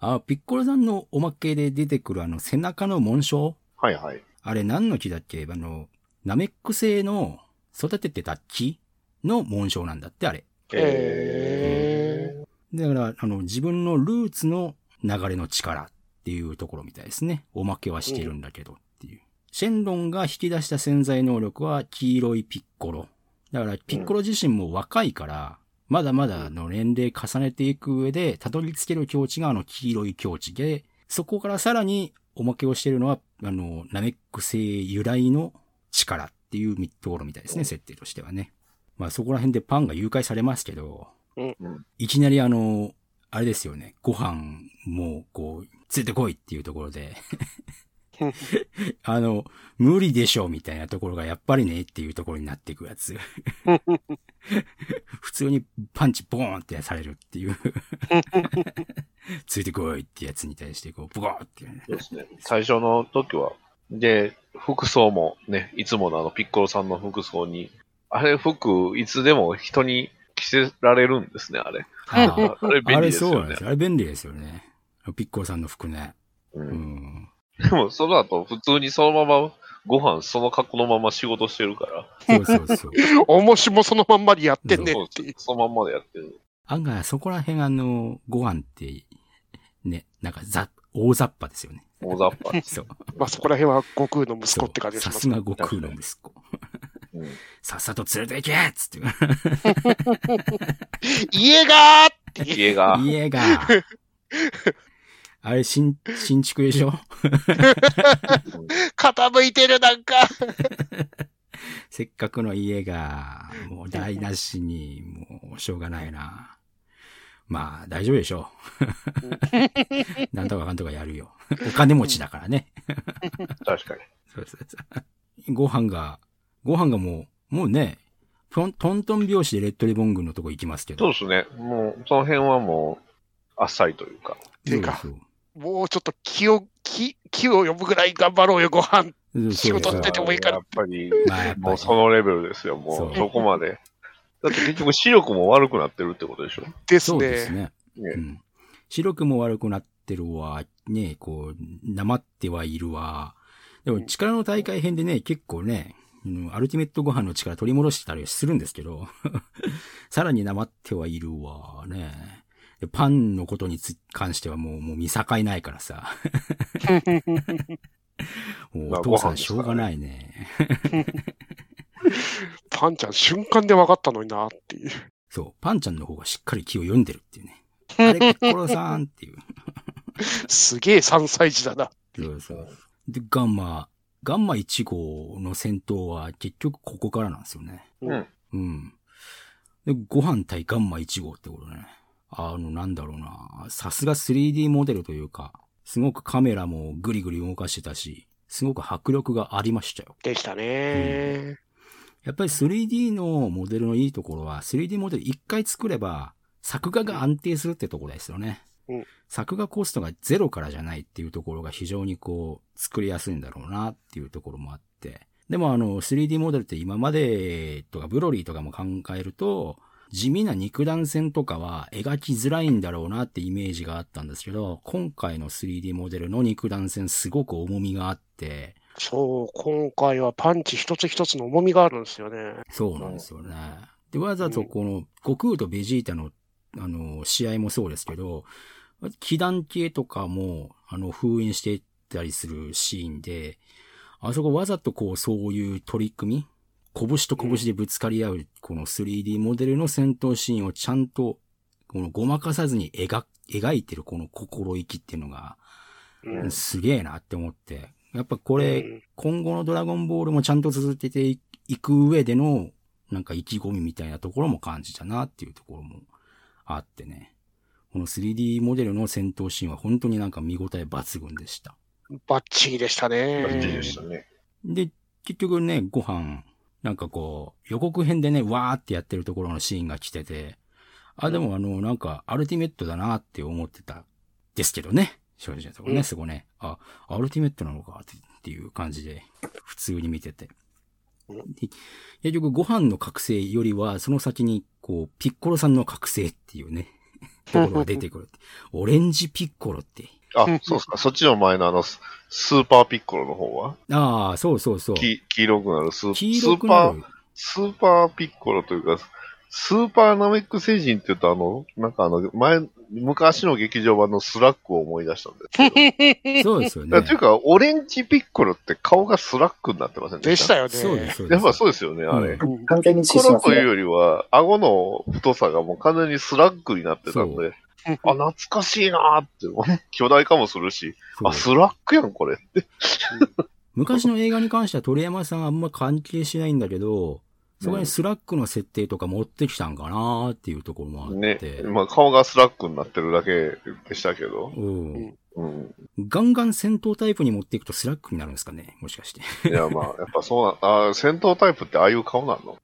B: あ、ピッコロさんのおまけで出てくるあの背中の紋章
A: はいはい。
B: あれ何の木だっけあの、ナメック星の育ててた木の紋章なんだって、あれ。
A: え
D: え
B: だから、あの、自分のルーツの流れの力っていうところみたいですね。おまけはしてるんだけどっていう。シェンロンが引き出した潜在能力は黄色いピッコロ。だから、ピッコロ自身も若いから、まだまだの年齢重ねていく上で、たどり着ける境地があの黄色い境地で、そこからさらにおまけをしてるのは、あの、ナメック星由来の力っていうところみたいですね、設定としてはね。まあそこら辺でパンが誘拐されますけど、いきなりあの、あれですよね、ご飯もこう、ついてこいっていうところで、あの、無理でしょうみたいなところがやっぱりねっていうところになっていくやつ。普通にパンチボーンってされるっていう。ついてこいってやつに対してこう、ボコーっていうね。
A: そうですね。最初の時は、で、服装もね、いつものあのピッコロさんの服装に、あれ服、いつでも人に着せられるんですね、あれ。
B: あ
A: あれ
B: あ
A: 便
B: あ
A: 利
B: れ
A: です
B: そうな
A: よね
B: んです。よ。あれ便利ですよね。ピッコロさんの服ね。
A: う
B: うんん。
A: でも、その後、普通にそのまま、ご飯その格好のまま仕事してるから、
B: そうそうそう。
D: 重しもそのまんまにやってんね
A: そう
D: っていう。
A: そのまんまでやってる。
B: 案外そこら辺あの、ご飯って、ね、なんかざ、大雑把ですよね。
A: 大雑把 です。
B: そう。
D: まあそこら辺は悟空の息
B: そ
D: 子
B: う
D: って感じがし
B: さ
D: ますす。
B: が悟空の息子。
A: うん
B: さっさと連れて行けっつって。
D: 家がーっていう
A: 家が、
B: 家 が。あれ、新、新築でしょ
D: 傾いてるなんか。
B: せっかくの家が、もう台無しに、もう、しょうがないな。まあ、大丈夫でしょう。 なんとかかんとかやるよ。お金持ちだからね。
A: 確かに。
B: そうそうそう。ご飯が、ご飯がもう、もうね、トントントン拍子でレッドリボン軍のとこ行きますけ
A: そうで
B: ど。
A: すね。もう、その辺はもう、あっさりというか。
D: ていうか
B: そう
D: もうちょっと気を、気、気を呼ぶぐらい頑張ろうよ、ご飯。
B: そう。
D: 仕事
B: そう
D: 取っててもいいから
A: やっぱり、
B: まあやっぱり
A: もうそのレベルですよ、も
B: そう
A: う、そこまで。だって結局、視力も悪くなってるってことでしょ。
D: です
B: そうです
D: ね。
B: ね。
A: ね
B: うん。白くも悪くなってるわ、ね、こう、なまってはいるわ。でも、力の大会編でね、結構ね、うんアルティメットご飯の力取り戻してたりするんですけど、 さらになまってはいるわ、ね。でパンのことにつ関してはもう、もう見境ないからさ。 もうお父さんしょうがないね。
D: パンちゃん瞬間で分かったのになっていう。
B: そう、パンちゃんの方がしっかり気を読んでるっていうね。あ れ、ピッコロさんっていう。
D: すげえ3歳児だな。
B: そうそう。で、ガンマ、ガンマ1号の戦闘は結局ここからなんですよね。
A: うん。
B: うん。で、ご飯対ガンマ1号ってことね。あの、なんだろうな。さすが 3D モデルというか、すごくカメラもぐりぐり動かしてたし、すごく迫力がありましたよ。
D: できたね
B: やっぱり 3D のモデルのいいところは、3D モデル一回作れば、作画が安定するってところですよね。
D: うん
B: 作画コストがゼロからじゃないっていうところが非常にこう、作りやすいんだろうなっていうところもあって。でもあの、3D モデルって今までとか、ブロリーとかも考えると、地味な肉弾戦とかは描きづらいんだろうなってイメージがあったんですけど、今回の 3D モデルの肉弾戦すごく重みがあって、
D: そう、今回はパンチ一つ一つの重みがあるんですよね。
B: そうなんですよね。で、わざとこの、悟空とベジータの、あの、試合もそうですけど、気弾系とかも、あの、封印していったりするシーンで、あそこわざとこう、そういう取り組み拳と拳でぶつかり合う、この 3D モデルの戦闘シーンをちゃんと、このごまかさずに描、描いてるこの心意気っていうのが、
D: うん
A: うん
B: すげえなって思って。やっぱこ
D: う
B: れ
D: ん、
B: 今後のドラゴンボールもちゃんと続けていく上での、なんか意気込みみたいなところも感じたなっていうところもあってね。この 3D モデルの戦闘シーンは本当になんか見応え抜群でした。
D: バッチリでしたね。
A: 感じでしたね。
B: で、結局ね、ご飯、なんかこう、予告編でね、わーってやってるところのシーンが来てて、あ、でもあの、なんか、アルティメットだなって思ってた、ですけどね。正直なところね、
D: うん
B: そこね。あ、アルティメットなのかって、っていう感じで、普通に見てて。
D: うん
B: で結局、ご飯の覚醒よりは、その先に、こう、ピッコロさんの覚醒っていうね、ところが出てくる。オレンジピッコロって。
A: あ
D: うん、
A: そうですか。そっちの前のあの、ススーパーピッコロの方は
B: ああ、そうそうそう。
A: き黄色くなるスー
B: 黄
A: ス
B: 色
A: ー
B: く
A: パ
B: な
A: ー
B: る、。
A: スーパーピッコロというか、スーパーナメック星人って言うと、あの、なんかあの、前、昔の劇場版のスラックを思い出したんです けど。
B: そうですよ
A: だ
B: ね。
A: というか、オレンジピッコロって顔がスラックになってませんで
D: で
A: し
D: したたよね。
B: そうです、そうです。
A: やっぱそうですよね、あ
B: う
A: れ
B: ん。
D: うん
C: 完全に
A: ピッ
C: 一致
A: コ
C: し
A: ロ
C: ます
A: という
C: ね。
A: よりは、顎の太さがもう完全にスラックになってたん
B: そ
A: で、あ、懐かしいなーって、 巨大かもするし、
B: そう
A: あ、スラックやん、これって。
B: 昔の映画に関しては鳥山さんあんま関係しないんだけど、そこにスラックの設定とか持ってきたんかなーっていうところもあっ
A: ね
B: て、。
A: まあ、顔がスラックになってるだけでしたけど。
B: うん。
A: うん。
B: ガンガン戦闘タイプに持っていくとスラックになるんですかねもしかして。
A: いや、まあ、やっぱそうなん、あ戦闘タイプってああいう顔なのっ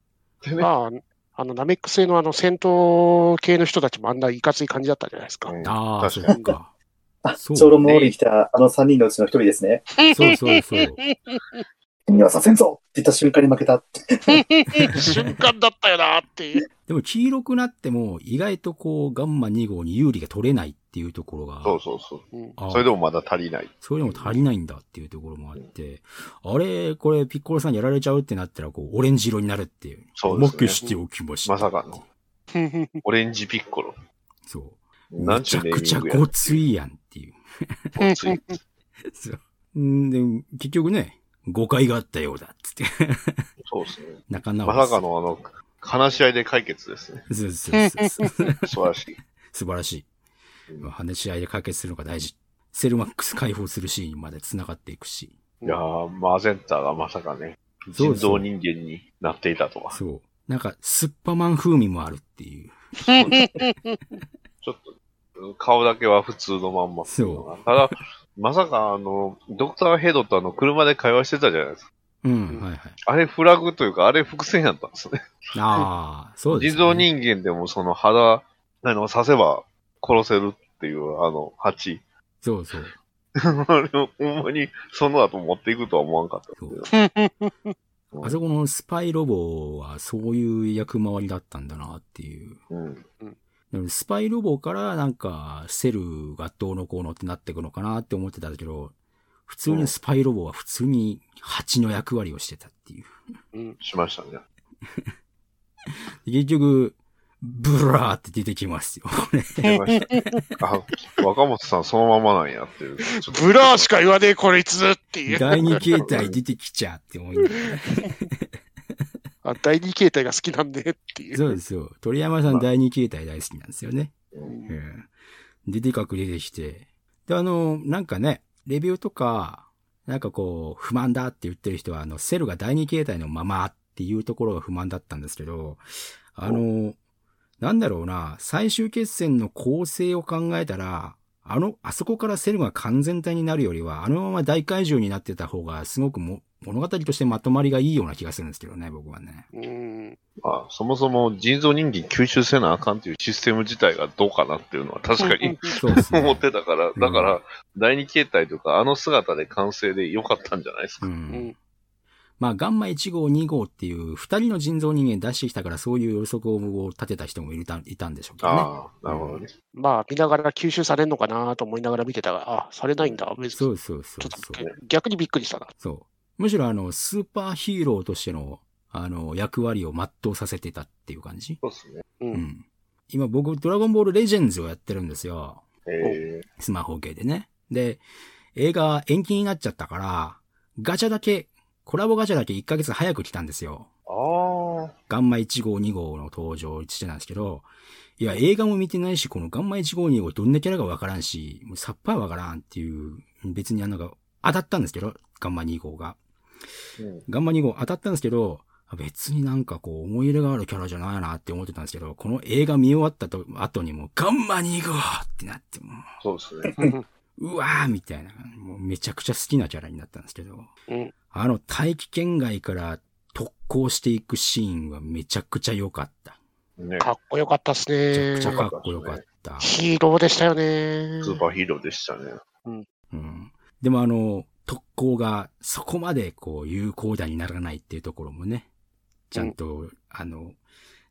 A: てね。
D: まあ、あの、ナメック星のあの、戦闘系の人たちもあんないかつい感じだったじゃないですか。
A: うん
B: ああ、そ
A: 確
B: う
A: かに。
B: か。
C: あ、
B: そう
C: 長老も降りてきたあの3人のうちの1人ですね。
B: そうそうそう。
C: 君はさせんぞって言った瞬間に負けたって。
D: 瞬間だったよなっていう。
B: でも黄色くなっても意外とこうガンマ2号に有利が取れないっていうところが、
A: そうそうそう。
D: うん
B: あー
A: それでもまだ足りない。
B: それでも足りないんだっていうところもあって、あれ、これピッコロさんやられちゃうってなったら、こう、オレンジ色になるっていう。
A: そうですね
B: おまけしておきました。
A: まさかの。オレンジピッコロ。
B: そう。
A: な
B: め
A: んち
B: ち
A: ゅ
B: ゃ
A: うネー
B: くち
A: ミ
B: ゃ
A: ングやね
B: ごついやんっていう。
A: ごつい。
B: そう。んで、結局ね、誤解があったようだっつって。
A: そうですね。
B: 仲直り
A: まさかのあの、話し合いで解決ですね。
B: そうそうそうそう。
A: 素晴らしい。
B: 素晴らしい。まあ話し合いで解決するのが大事。セルマックス解放するシーンまで繋がっていくし。
A: いやー、マゼンターがまさかね、
B: そ
A: 人
B: うそう
A: 造人間になっていたとは。
B: そう。なんか、スッパマン風味もあるっていう。
A: ちょっと、顔だけは普通のまんまっていうのが。ただ、まさかあの、ドクターヘドとあの、車で会話してたじゃないですか。
B: うん、はいはい。
A: あれフラグというか、あれ伏線やったんですね。
B: ああ、そうです、
A: 人
B: ね。
A: 造人間でもその肌、あの、刺せば殺せるっていう、あの、蜂。
B: そうそう。
A: あれをほんまに、その後持っていくとは思わんかったですけど。
B: あそこのスパイロボはそういう役回りだったんだなっていう。
A: うん。
B: でもスパイロボからなんかセルがどうのこうのってなってくのかなって思ってたけど、普通にスパイロボは普通に蜂の役割をしてたっていう。
A: しましたね。
B: 結局、ブラーって出てきますよ。これ
A: 出ました。あ、若本さんそのままなんやっていう。ちょっと
D: ブラーしか言わねえ、こいつっていう。
B: 第二形態出てきちゃって思いながら
D: あ第二形態が好きなんでっていう。
B: そうですよ。鳥山さん第二形態大好きなんですよね。
D: うん
B: うん。で、でかく出てきて。で、あの、なんかね、レビューとか、なんかこう、不満だって言ってる人は、あの、セルが第二形態のままっていうところが不満だったんですけど、あの、なんだろうな、最終決戦の構成を考えたら、あの、あそこからセルが完全体になるよりは、あのまま大怪獣になってた方が、すごくも物語としてまとまりがいいような気がするんですけどね、僕はね。
D: うん
A: まあ、そもそも人造人間吸収せなあかんっていうシステム自体がどうかなっていうのは確かに
B: そうです ね。
A: 思ってたから、
B: うん
A: だから、第二形態とかあの姿で完成で良かったんじゃないです
B: う。
A: か。
D: うんん
B: まあ、ガンマ1号、2号っていう二人の人造人間出してきたから、そういう予測を立てた人もいるたいたんでしょうけどね。
A: ああ、なるほどね。
D: まあ、見ながら吸収されるのかなと思いながら見てたが、あ、されないんだ。別
B: そ
D: に。
B: うそうそ
D: ち
B: う
D: ょっと
B: そう。
D: 逆にびっくりしたな。
B: そう。むしろあの、スーパーヒーローとしての、あの、役割を全うさせてたっていう感じ。
A: そうですね。
D: う。
B: うんん。今僕、ドラゴンボールレジェンズをやってるんですよ。
A: え
B: スマホ系でね。で、映画延期になっちゃったから、ガチャだけ、コラボガチャだけ1ヶ月早く来たんですよ。
A: ー、ああ、
B: ガンマ1号2号の登場してたんですけど、いや、映画も見てないし、このガンマ1号2号どんなキャラかわからんし、もうさっぱりわからんっていう、別にあのなんか当たったんですけど、ガンマ2号が。
A: うん
B: ガンマ2号当たったんですけど、別になんかこう思い入れがあるキャラじゃないなって思ってたんですけど、この映画見終わったと後にもうガンマ2号ってなってもう、
A: そうですね。
B: うわーみたいな、もうめちゃくちゃ好きなキャラになったんですけど、
D: うん
B: あの大気圏外から特攻していくシーンはめちゃくちゃ良かった。
A: ね。
D: かっこよかったっす
B: めちゃく
D: ね
B: ち。ゃかっこよかった。
D: ヒーローでしたよね。
A: スーパーヒーローでしたね。
B: うん、でもあの、特攻がそこまでこう有効打にならないっていうところもね、ちゃんと、あの、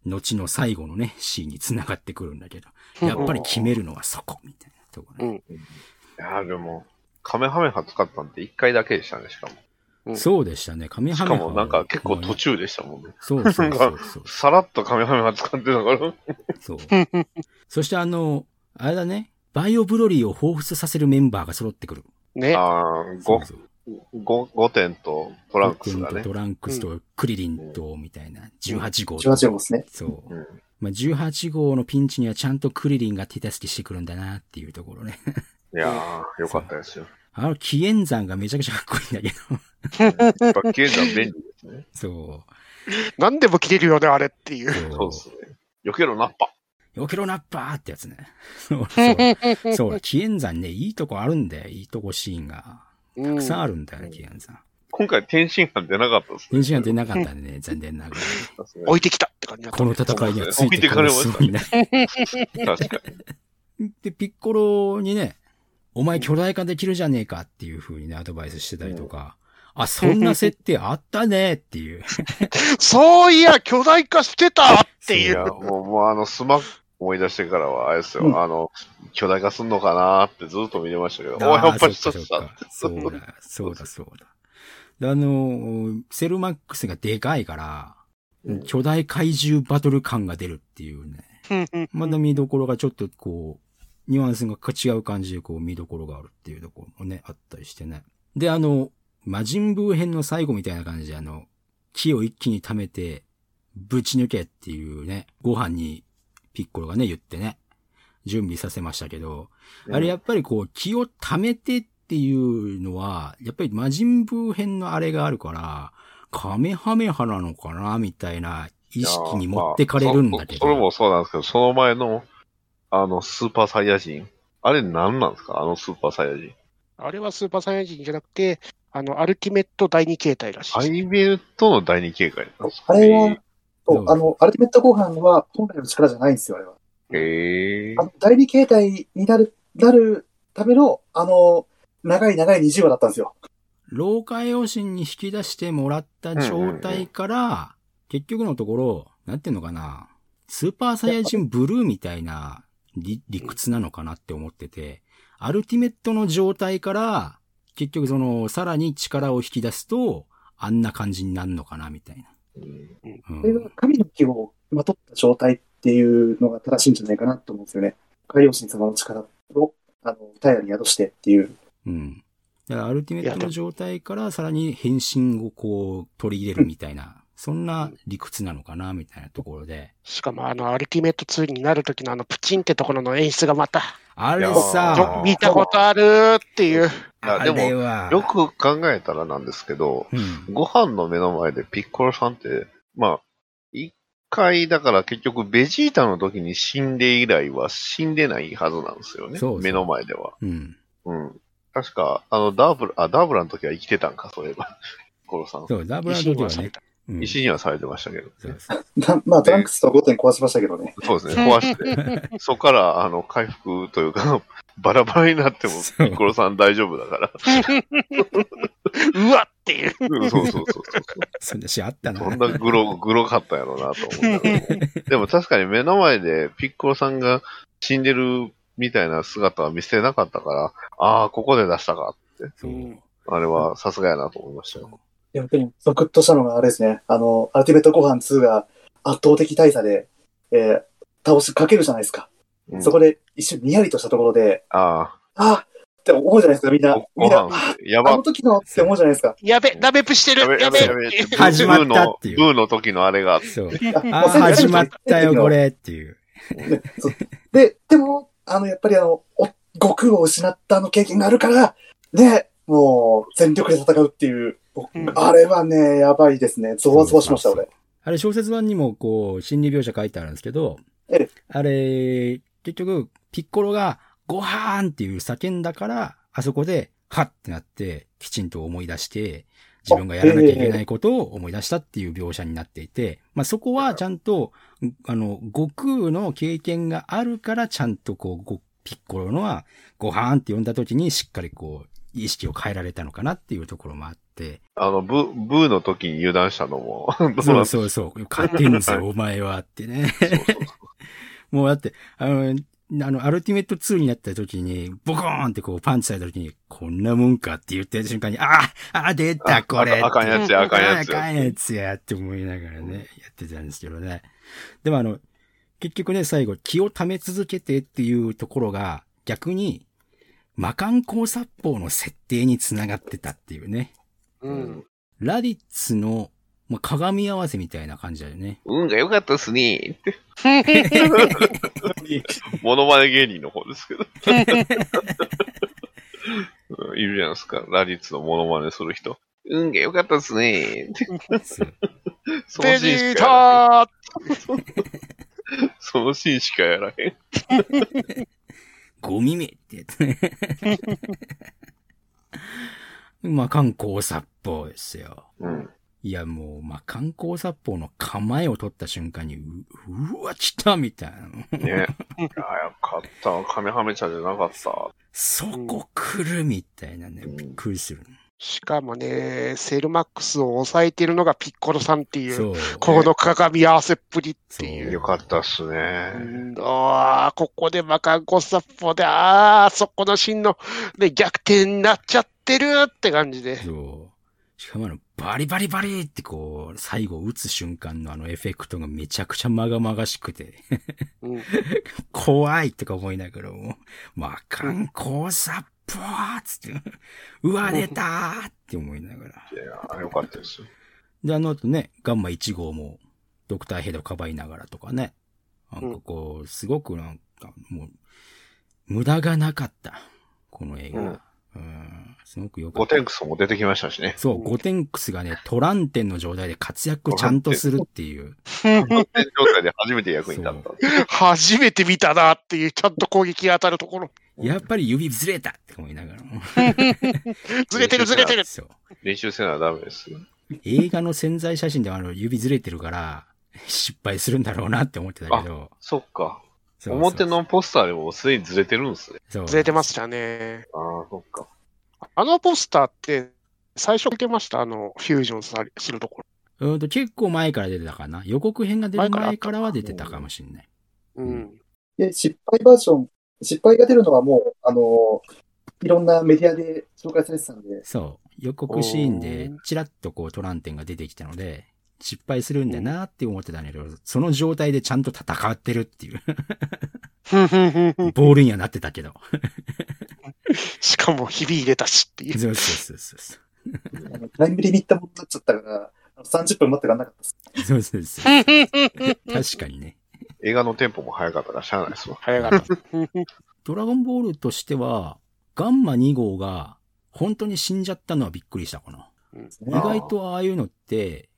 B: 後の最後のね、シーンに繋がってくるんだけど、やっぱり決めるのはそこみたいなところね、
A: いやーでも、カメハメハ使ったんって一回だけでしたね、しかも。
D: うん
B: そうでしたね、カメ
A: し
B: ハメ
A: か
B: ハ
A: もなんか結構途中でしたもんね。
B: そう そうそうそう。
A: さらっとカメハメハ使ってたから。
B: そう。そしてあの、あれだね、バイオブロリーを彷彿させるメンバーが揃ってくる。
D: ね。
A: ああ、
B: そう
A: 5、
B: そう
A: 五五点とトランクスが
B: ロッテン
A: ね
B: と。トランクスとクリリンと、みたいな、18号と。
C: 18号ですね。
B: そう。
A: うん
B: まあ、18号のピンチにはちゃんとクリリンが手助けしてくるんだなっていうところね。
A: いやー、よかったですよ。
B: あの、紀元山がめちゃくちゃかっこいいんだけど。
A: やっぱ経済便利ですね。
B: そ。
D: 何でも切れるよね、あれっていうう。
A: そう
B: そ
A: っすね。避けろナッパ。
B: う。よけろナッパーってやつね。そうそう。そう、紀元山ね、いいとこあるんだよ。いいとこシーンが。
D: う
B: た
D: ん
B: くさんあるんだよね、紀元山。
A: 今回天津飯出なかったですね。
B: 天津飯出なかったんでね、残念ながら。
A: ですね
D: 置いてきたって感じだった。
B: この戦いにはついてくれそうにない。
A: 確かに。
B: で、ピッコロにね、お前巨大化できるじゃねえかっていう風にね、アドバイスしてたりとか、あ、そんな設定あったねっていう。
D: そういや、巨大化してたって
A: い
D: い
A: や、
D: う。
A: もう、もうあの、スマック思い出してからは、あれですよ、
C: うん
A: あの、巨大化すんのかなーってずっと見てましたけど、おい、
B: あー
A: やっぱりち
B: そ
A: ょ
B: っ
A: っ
B: か
A: と
B: そっ
A: さ
B: か、そうだ、そうだ、そうだ。であの、セルマックスがでかいから、
A: うん
B: 巨大怪獣バトル感が出るっていうね。 まだ見どころがちょっとこう、ニュアンスが違う感じでこう見どころがあるっていうところもね、あったりしてね。で、あの、魔人ブー編の最後みたいな感じであの、木を一気に溜めて、ぶち抜けっていうね、ご飯にピッコロがね、言ってね、準備させましたけど、あれやっぱりこう、気を溜めてっていうのは、やっぱり魔人ブー編のあれがあるから、カメハメハなのかな、みたいな意識に持ってかれるんだけど。
A: いやーまあそそれもそうなんですけど、その前の、あの、スーパーサイヤ人。あれ何なんですかあのスーパーサイヤ人。
D: あれはスーパーサイヤ人じゃなくて、あの、アルティメット第二形態らしい
A: ア
D: です。
A: イベルトの第二警戒なんですか
C: あれは、
B: どう
C: そうあの、アルティメットご飯は本来の力じゃないんですよ、あれは。
A: へえ
C: あ。の第二形態になる、なるための、あの、長い長い20話だったんですよ。
B: 老化栄養士に引き出してもらった状態から、結局のところ、なんていうのかな、スーパーサイヤ人ブルーみたいな理理屈なのかなって思ってて、アルティメットの状態から、結局その、さらに力を引き出すと、あんな感じになるのかな、みたいな。
A: うん
B: うん
C: それが神の気をまとった状態っていうのが正しいんじゃないかなと思うんですよね。海洋神様の力を、あの、平らに宿してっていう。
B: うん。だからアルティメットの状態からさらに変身をこう取り入れるみたいな、そんな理屈なのかなみたいなところで。
D: しかも、あの、アルティメット2になる時のあの、プチンってところの演出がまた、
B: あれ
A: あー
D: ち
B: さ
D: ょ、見たことあるっていう。
A: いや
B: あ
A: でも
B: れは、
A: よく考えたらなんですけど、
B: うん、
A: ご飯の目の前でピッコロさんって、まあ、一回、だから結局ベジータの時に死んで以来は死んでないはずなんですよね。
B: そうそう
A: 目の前では。
B: うん。
A: うん。確か、あの、ダーブラ、あ、ダーブラの時は生きてたんか、そういえば。 ピッコロさん。
B: そう、ダブルアド
D: に
B: で
D: は
B: は
D: さ
B: ね
D: れ。た
B: うん
A: 石にはされてましたけど。
B: そうそう
C: なまあ、トランクスと5点壊しましたけどね。
A: そうですね、壊 して。そこから、あの、回 復というか、バラバラになっても、
B: そう
A: ピッコロさん大丈夫だから。
D: うわっていう。
A: うんそうそうそうそう。
B: そんなしあった
A: そん
B: な。
A: なグロ、グロかったやろうなと思う。 でも確かに目の前でピッコロさんが死んでるみたいな姿は見せなかったから、ああ、ここで出したか。
B: そう。
A: あれはさすがやなと思いましたよ。
C: いや、本当にゾクッとしたのがあれですね。あの、アルティメットご飯2が圧倒的大差で、えー倒しかけるじゃないですか。
A: うん
C: そこで一瞬にやりとしたところで、
A: あ
C: ああって思うじゃないですか、みん
A: あ、
C: な
A: ご。ご
C: みんな、
A: 飯
C: あ、
A: や
C: あ
A: ば
C: の。時のって思うじゃないですか。
D: やべ、鍋プしてる。やべ。
A: って
B: 始まったっていう
A: ブーのブーの時のあれがあって、
B: そう。
C: あ
B: あー、始まったよ、こ。れっていう。
C: ねそうで、でも、あの、やっぱりあの、お悟空を失ったあの経験があるから、ね、もう、全力で戦うっていう、僕
D: うん
C: あれはね、やばいですね。ゾワゾワしました、俺。
B: あれ、小説版にも、こう、心理描写書いてあるんですけど
C: ええ、
B: あれ、結局、ピッコロが、ごはーんっていう叫んだから、あそこで、はっってなって、きちんと思い出して、自分がやらなきゃいけないことを思い出したっていう描写になっていて、まあそこはちゃんと、あの、悟空の経験があるから、ちゃんとこうご、ピッコロのは、ごはーんって呼んだ時にしっかりこう、意識を変えられたのかなっていうところもあって、
A: あの、ブーブーの時に油断したのも、どうなん
B: そうそうそう。勝てんぞ、お前はってね。もうだって、あの、あの、アルティメット2になった時に、ボコーンってこうパンチされた時に、こんなもんかって言ってる瞬間に、あああ出た、これ
A: ああかんやつや、あかんやつ
B: あか
A: や。
B: んやつやって思いながらね、やってたんですけどね。でもあの、結局ね、最後、気を溜め続けてっていうところが、逆に、魔漢光殺法の設定につながってたっていうね。
A: うん。
B: ラディッツの、まあ、鏡合わせみたいな感じだよね。
A: 運が良かったっすねって。モノマネ芸人の方ですけど。うんいるじゃないですか。ラリッツのモノマネする人。運が良かったっすねって。
B: そう
A: その
D: ベ
A: シ
D: ジ
A: ーンし
D: ー
A: かやら
D: タ
A: へん。そのシーンしかやらへん。
B: ゴミめってやつね。まあ、観光殺法ですよ。
A: うん。
B: いや、もう、まあ、観光殺法の構えを取った瞬間に、う、うわ、来たみたいな。
A: ね。いや、よかった。カメハメ茶じゃなかった。
B: そこ来るみたいなね。
A: うん
B: びっくりする。
D: しかもね、セルマックスを抑えているのがピッコロさんっていう、
B: そう。
D: この鏡合わせっぷりっていう。
A: よかったっすね。
D: うんああ、ここで魔漢コ殺法で、ああ、そこのシーンの、ね、逆転になっちゃってるって感じで。
B: そう。しかもあの、バリバリバリってこう、最後打つ瞬間のあのエフェクトがめちゃくちゃまがまがしくて、
D: うん
B: 怖いとか思いながらも、まあ、観光殺法っつって、うわ、出たーって思いながら。
A: いや、よかったですよ。
B: で、あの後ね、ガンマ1号も、ドクターヘッドかばいながらとかね。なんかこう、すごくなんか、もう、無駄がなかった。この映画。うん、すごくよか
A: ゴ
B: った
A: テ。ンクスも出てきましたしね。
B: そう、ゴテンクスがね、トランテンの状態で活躍をちゃんとするっていう。
A: ゴテン状態で初めて役に立った。
D: 初めて見たなっていう、ちゃんと攻撃が当たるところ。
B: やっぱり指ずれたって思いながらも。
D: ずれてるずれてる。
B: そう。
A: 練習せなダメですよ。
B: 映画の潜在写真ではあの、指ずれてるから、失敗するんだろうなって思ってたけど。
A: そっか。
B: そう
A: 表のポスターでもすでにずれてるんですね。
B: そう
D: ずれてましたね。
A: ああ、そっか。
D: あのポスターって、最初見てましたあの、フュージョンさするとこ
B: うんと、結構前から出てたかな。予告編が出る
D: 前からあった
B: 前からは出てたかもしれない。
D: ろ。うん。
C: で、失敗バージョン、失敗が出るのはもう、あの、いろんなメディアで紹介されてたんで、
B: そう。予告シーンで、ちらっとこうトランテンが出てきたので、失敗するんだなって思ってたんだけど、その状態でちゃんと戦ってるっていう。ボールにはなってたけど。
D: しかも、ひび入れたしっていう。
B: そうそうそうそう。
C: あのタイムリミットもになっちゃったから、あの30分待ってらんなかったです。
B: そうそうそう。 確かにね。
A: 映画のテンポも早かったからしゃあないですわ。
D: 早かった。
B: ドラゴンボールとしては、ガンマ2号が本当に死んじゃったのはびっくりしたかな。意
A: あー
B: 外とああいうのって、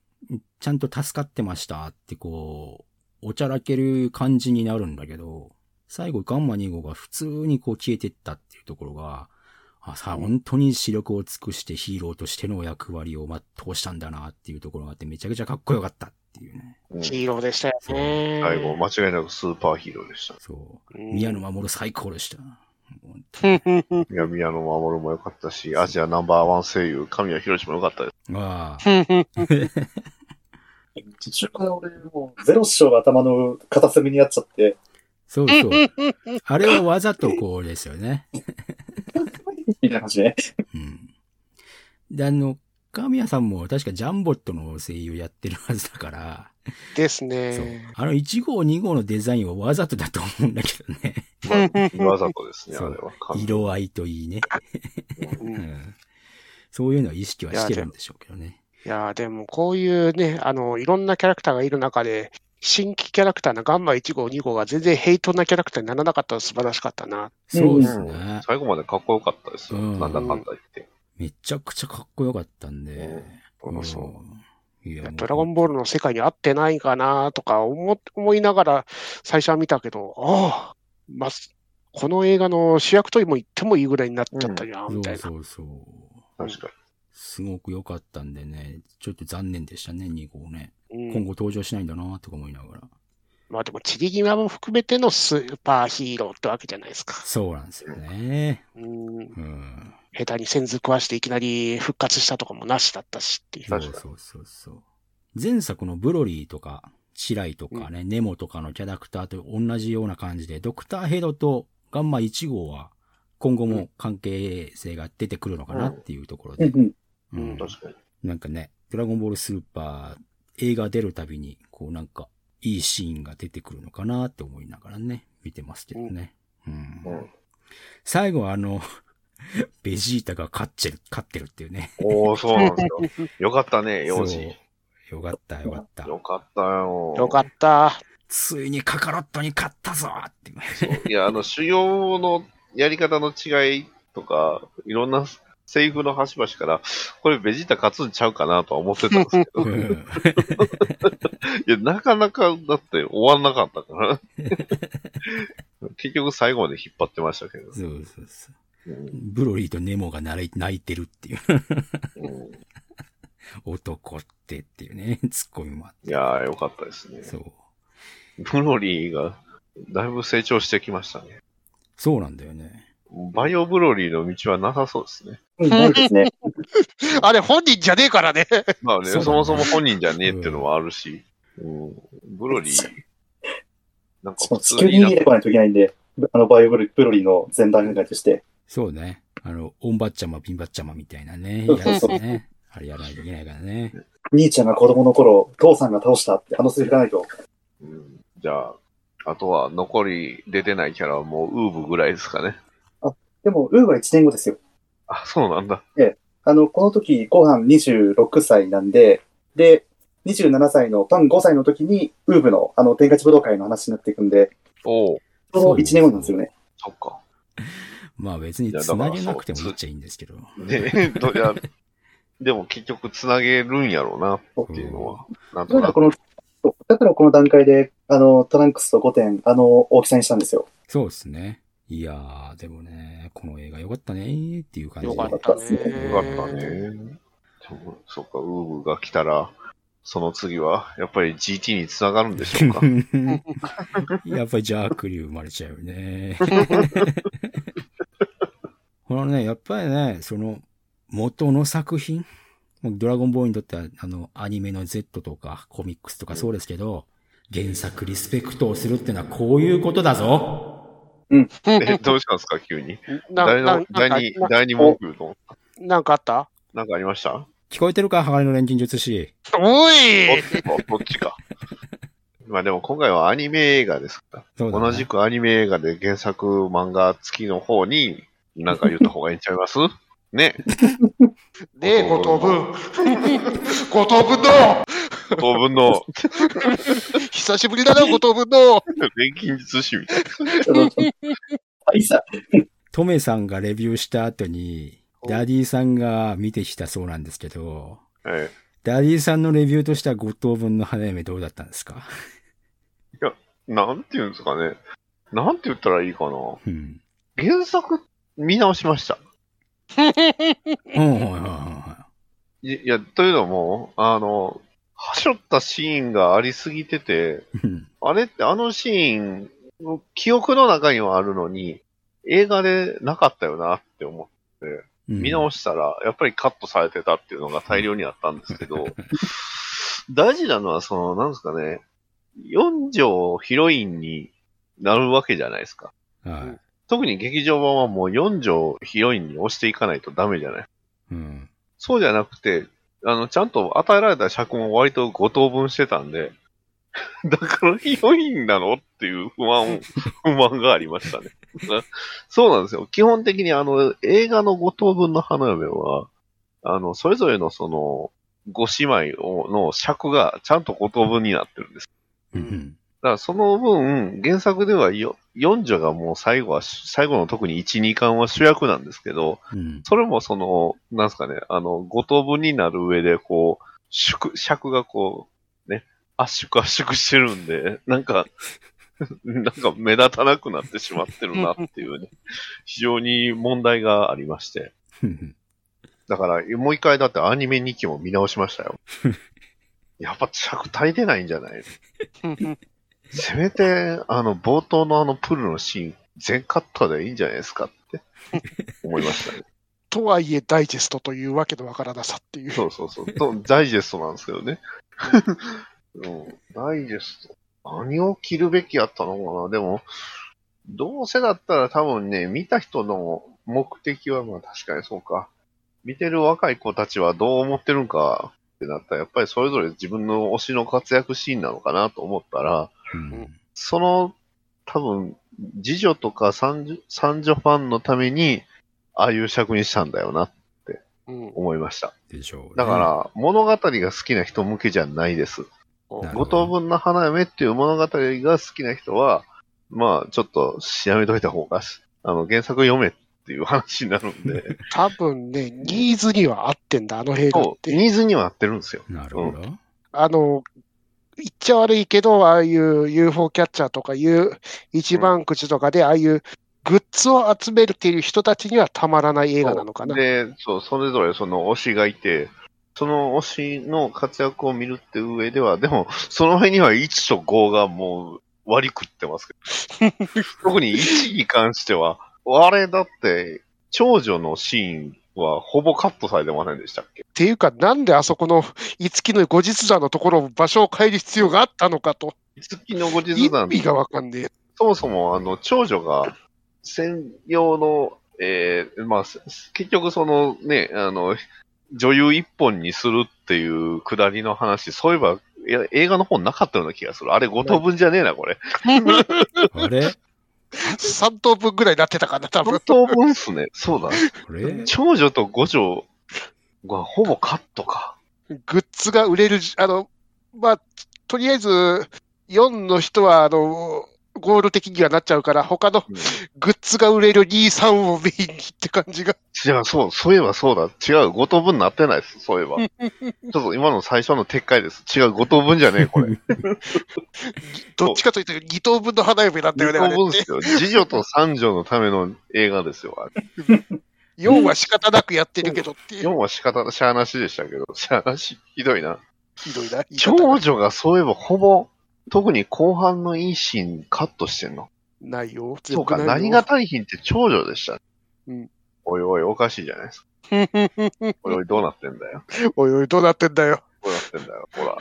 B: ちゃんと助かってましたってこう、おちゃらける感じになるんだけど、最後ガンマ2号が普通にこう消えてったっていうところが、あさあ、本当に視力を尽くしてヒーローとしての役割を全うしたんだなっていうところがあってめちゃくちゃかっこよかったっていうね。
A: うん
D: ヒーローでしたよね。
A: 最後、間違いなくスーパーヒーローでした。
B: そう。
D: うん
B: 宮野守最高でした。本
A: 宮野真守も良かったし、アジアナンバーワン声優、神谷博史も良かったです。
B: ああ。
C: 途中から俺、もう、ゼロ師匠が頭の片隅にあっちゃって、
B: そうそう。あれはわざとこうですよね。
C: みたいな感じで。
B: うん。で、あの、神谷さんも確かジャンボットの声優やってるはずだから、
D: です
B: そう
D: ね。。
B: あの1号2号のデザインはわざとだと思うんだけどね。
A: まあ、 わざとですね、あ
B: そう
A: れは。完全に
B: 色合いといいね。
D: う
B: うんん。そういうのは意識はしてるんでしょうけどね。
D: いやーでもこういうね、あの、いろんなキャラクターがいる中で、新規キャラクターのガンマ1号、2号が全然ヘイトなキャラクターにならなかったの素晴らしかったな。
C: うん
B: そうです
A: うん
B: ね。
A: 最後までかっこよかったですよ。
B: うん
A: なんだかんだ言って。
B: めちゃくちゃかっこよかったんで。
A: うんそ
B: うん。いや、
D: ドラゴンボールの世界に合ってないかなとか思思いながら最初は見たけど、ああ、まあ、この映画の主役とも言ってもいいぐらいになっちゃったじゃん、みたいな。
B: そうそうそう。
A: う確か
B: すごく良かったんでね、ちょっと残念でしたね、2号ね。
D: うん
B: 今後登場しないんだなとか思いながら。
D: まあでも散り際も含めてのスーパーヒーローってわけじゃないですか。
B: そうなんですよね。
D: うん、
B: うん。
D: 下手に先ず食わしていきなり復活したとかもなしだったしっていう。
B: そう
A: 確かに
B: そうそうそう。前作のブロリーとか、チライとかね、ネモとかのキャラクターと同じような感じで、ドクターヘドとガンマ1号は今後も関係性が出てくるのかなっていうところ
C: う
B: で。
C: んうん。
D: うん
B: うん
A: に。確かに。
B: なんかね、ドラゴンボールスーパー、映画出るたびに、こうなんか、いいシーンが出てくるのかなって思いながらね、見てますけどね。うん。
A: うん
B: 最後はあの、ベジータが勝ってる、勝ってるっていうね。
A: おー、そうなんですよ。よかったね、
B: そ
A: 幼
B: う
A: 児。
B: よかった、よかった。
A: よかったよ。
D: よかった。
B: ついにカカロットに勝ったぞっていう。
A: いや、あの、主要のやり方の違いとか、いろんなセリフの端々から、これベジータ勝つんちゃうかなとは思ってたんですけど、
B: う
A: い
B: ん
A: や、なかなか、だって終わんなかったから。結局最後まで引っ張ってましたけど。
B: そうそうそ
A: うん
B: う。ブロリーとネモが泣い泣いてるっていう。
A: うん
B: 男ってっていうね、 ツッコミもあっ
A: いやー、よかったですね
B: て。。そう。
A: ブロリーが、だいぶ成長してきましたね。
B: そうなんだよね。
A: バイオブロリーの道はなさそうですね。
C: うん、ないですね。
D: あれ本人じゃねえからね。
A: まあね、
B: そう
A: そ
B: だね
A: もそも本人じゃねえっていうのもあるし、うん、ブロリー、なんか
C: そ
A: 普
C: う、地
A: 通
C: 球に
A: に
C: 逃
A: な
C: げ
A: ん
C: て
A: か
C: こないといけないんで、あの、バイオブロリーの前段階として、
B: そうね。あの、オンバッチャマ、ピンバッチャマみたいなね、
C: そうそ
B: や
C: う
B: つ
C: そう
B: ね。あれやらないといけないからね。
C: 兄ちゃんが子供の頃、父さんが倒したって、あのセリフがないと。
A: うんじゃあ、あとは残り出てないキャラはもうウーブぐらいですかね。
C: でも、ウーは1年後ですよ。
A: あ、そうなんだ。
C: あの、この時、ご飯26歳なんで、で、27歳の、パン5歳の時に、ウーブの、あの、天下地武道会の話になっていくんで、
A: おお、
C: ちょうど1年後なんですよね。
A: そっか。
B: まあ別に繋げなくてもいいっちゃいいんですけど。
A: ね どいやでも結局つなげるんやろうなっていうのは、なん
C: だ
A: と
C: から
A: な
C: こ
A: く。
C: の、そうだからこの段階で、あの、トランクスと5点、あの、大きさにしたんで すよ。
B: そうですね。いやー、でもね、この映画良かったねーっていう感じ
D: よ
B: で。
D: かったね。
A: よかったね。でもそっか、ウーブが来たら、その次は、やっぱり GT につながるんでし ょうか。
B: やっぱりジャークリュー生まれちゃうよ ね。このね、やっぱりね、その、元の作品ドラゴンボーイにとっては、あの、アニメの Z とかコミックスとかそうですけど、原作リスペクトをするってのはこういうことだぞ
A: え、どうしたんですか、急に。
D: な
A: 第
D: な
A: の
D: ん、か
A: 第二、
D: な
A: 第二文句の、
D: なんかあった
A: なんかありました
B: 聞こえてるか鋼の錬金術師。
D: おい
A: おこっちか。まあでも今回はアニメ映画ですから、
B: そうだね
A: 同じくアニメ映画で原作漫画付きの方に、なんか言った方がいいんちゃい ますね。
D: ねえ、
A: 後藤
D: ごとぶん。 ごとぶんの
A: 当分の
D: 久しぶ りだな、ごとぶんの
A: 錬金術師みたい
C: ちょっとはい、さ、
B: トメさんがレビューした後に、
D: お
B: ダディさんが見てきたそうなんですけど、
A: な。はい
B: ダディさんのレビューとしては5等分の花嫁どうだったんですか
A: なんて言うんですかね。なんて言ったらいいかな。
B: うん。
A: 原作見直しました。
B: うん、はいはいはい
A: いや、というのも、あの、はしょったシーンがありすぎてて、
B: いはい。うん
A: あれってあのシーン、記憶の中にはあるのに、映画でなかったよなって思って
B: うん
A: 見直したら、やっぱりカットされてたっていうのが大量にあったんですけ ど、大事なのは、その、なんですかね、4条ヒロインになるわけじゃないですか。
B: は
A: 特に劇場版はもう4条ヒロインに押していかないとダメじゃない。
B: い。うん。
A: そうじゃなくて、あの、ちゃんと与えられた尺も割と5等分してたんで、 だからヒロインなのっていう不安を、不満がありましたね。そうなんですよ。基本的にあの、映画の5等分の花嫁は、あの、それぞれのその、5姉妹をの尺がちゃんと5等分になってるんです
B: うん。
A: だからその分、原作ではよ四女がもう最後は、最後の特に1、2巻は主役なんですけど、
B: うん。
A: それもその、なんすかね、あの、5等分になる上で、こう、縮尺がこう、ね、圧縮圧縮してるんで、なんか、 なんか目立たなくなってしまってるなっていうね、 非常に問題がありまして。
B: うん
A: だから、もう一回だってアニメ2期も見直しましたよ。 やっぱ尺足りてないんじゃないせめて、あの、冒頭のあのプールのシーン、全カットでいいんじゃないですかって思いましたね。
D: とはいえ、ダイジェストというわけのわからなさっていう。
A: そうそうそう。とダイジェストなんですけどね。うん、ダイジェスト。何を切るべきやったのかなでも、どうせだったら多分ね、見た人の目的は、まあ確かにそうか。見てる若い子たちはどう思ってるんかってなったら、やっぱりそれぞれ自分の推しの活躍シーンなのかなと思ったら、
B: うん
A: その、多分、次女とか三女三女ファンのために、ああいう尺にしたんだよな、
D: うん
A: 思いました。
B: でしょうね。
A: だから、物語が好きな人向けじゃないです。
B: なるほ
A: 五
B: ど
A: 等分の花嫁っていう物語が好きな人は、まあ、ちょっと、やめといた方が、あの、原作読めっていう話になるんで、
D: 多分ね、ニーズには合ってんだ、あの映画っ
A: そう、
D: て。
A: ニーズには合ってるんですよ。
B: なるほど。
D: あの、言っちゃ悪いけど、ああいう UFO キャッチャーとかいう一番くじとかで、ああいうグッズを集めるっていう人たちにはたまらない映画なのかな。
A: で、そう、それぞれその推しがいて、その推しの活躍を見るって上では、でも、その辺には1と5がもう割り食ってますけ ど、特に1に関しては、あれだって、長女のシーンはほぼカットされてませんでしたっけ
D: っていうか、なんであそこの五木の後日談のところを場所を変える必要があったのかと、
A: 五木の後
D: 意
A: 日談
D: 味がわかんねえ。
A: そもそも、あの、長女が、専用の、えーまあ、せ結局そのね、あの、女優一本にするっていうくだりの話、そういえば、いや映画の方なかったような気がする。あれ、5等分じゃねえな、これ。
B: あれ
D: 3等分ぐらいになってたかな、多分
A: 5。等分っすね。そうだ。
B: あれ
A: 長女と五女がほぼカットか。
D: グッズが売れるじ、あの、まあ、とりあえず、4の人は、あの、ゴール的にはなっちゃうから、他のグッズが売れる2、3をメインにって感じが。
A: 違う、そう、そういえばそうだ。違う、5等分になってないです。そういえば。ちょっと今の最初の撤回です。違う、5等分じゃねえ、これ。
D: どっちかというと2等分の花嫁なんだよね、あ
A: 5
D: れ
A: 等分
D: っ
A: で
D: て。
A: すよ。次女と三女のための映画ですよ、あれ
D: 4は仕方なくやってるけどっていう
A: 4。は仕方なしゃあなしでしたけど、しゃあなし、ひどいな。
D: ひどいな。言い方が
A: 長女がそういえばほぼ、特に後半のいいシーンカットしてんの。
D: ないよ。
A: そうか、
D: 全部ない
A: 何
D: よ
A: が足りひんって長女でしたね。
D: うん
A: おいおい、おかしいじゃないですか。おいおい、どうなってんだよ。
D: おいおい、どうなってんだよ。
A: どうなってんだよ。ほら。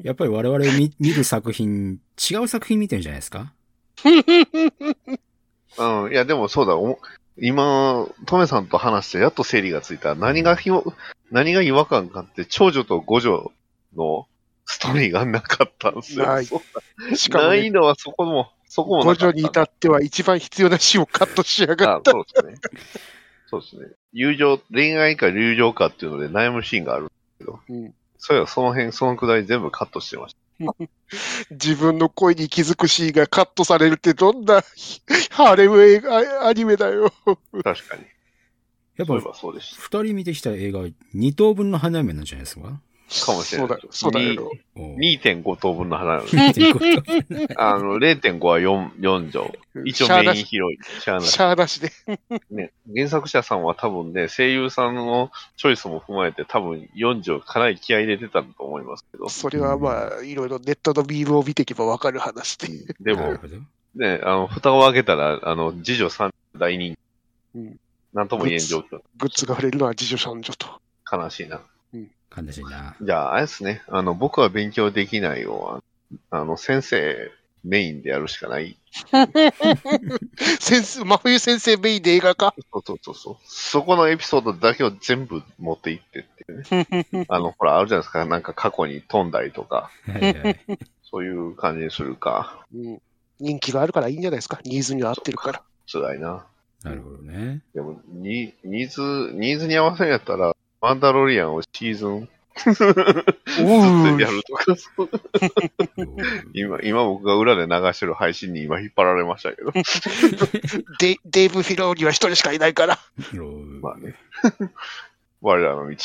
B: やっぱり我々見見る作品、違う作品見てるんじゃないですか
A: うん、いや、でもそうだ、お今、トメさんと話して、やっと整理がついた。何がひも、何が違和感かって、長女と五女のストーリーがなかったんですよ。
D: ない
A: そう
D: しかも、
A: ない
D: ね、
A: のはそこも、そこもなかっ
D: 五
A: た
D: 条に至っては一番必要な死をカットしやが
A: あ
D: っ、た。
A: そうですね。そうですね。友情、恋愛か友情かっていうので悩むシーンがあるんですけど、
D: うん
A: そういえばその辺、そのくだり全部カットしてました。
D: 自分の声に気づくシーンがカットされるってどんなハーレム映画、アニメだよ。
A: 確かに。そ
B: やっ
A: う
B: ぱ
A: いえ、ばそうでし
B: 二人見てきた映画、二等分の花嫁なんじゃないですか
A: た。かもしれない。
D: そうだ、そうだよ。
B: おう
A: 2.5等分の花なので、
B: 見てること
A: あの、0.5は 4, 4畳。一
D: シャ
A: 応
D: アな
A: メイン
D: し、
A: 広い。しゃあない
D: シャアなしで。
A: ね。原作者さんは多分ね、声優さんのチョイスも踏まえて多分4畳かなり気合い入れてたと思いますけど、
D: それはまあ、いろいろネットのビームを見ていけばわかる話で。
A: で
B: なる
A: も
B: ほど。
A: ね、あの、蓋を開けたら、あの、次女3大人気。
D: うん
A: なんとも言えん状況。
D: グッズが売れるのは自助三女と。
A: 悲しいな。
B: かんしいな。
A: じゃあ、あれですね。あの、僕は勉強できないよ。あの、先生メインでやるしかない。
D: 先生、真冬先生メインで映画化
A: そうそうそうそう。そこのエピソードだけを全部持っていってっていうね。あの、ほら、あるじゃないですか。なんか過去に飛んだりとか、
B: はいはい
A: そういう感じにするか。
D: うん。人気があるからいいんじゃないですか。ニーズには合ってるから。
A: 辛いな。
B: なるほどね。
A: でも、ニニーズ、ニーズに合わせるんやったら、マンダロリアンをシーズン
D: おう
A: でやるとか、そう
B: おー
A: 今、今僕が裏で流してる配信に今引っ張られましたけど。
D: デデイブ・フィローには一人しかいないから。
B: おー
A: まあね。 我らの道。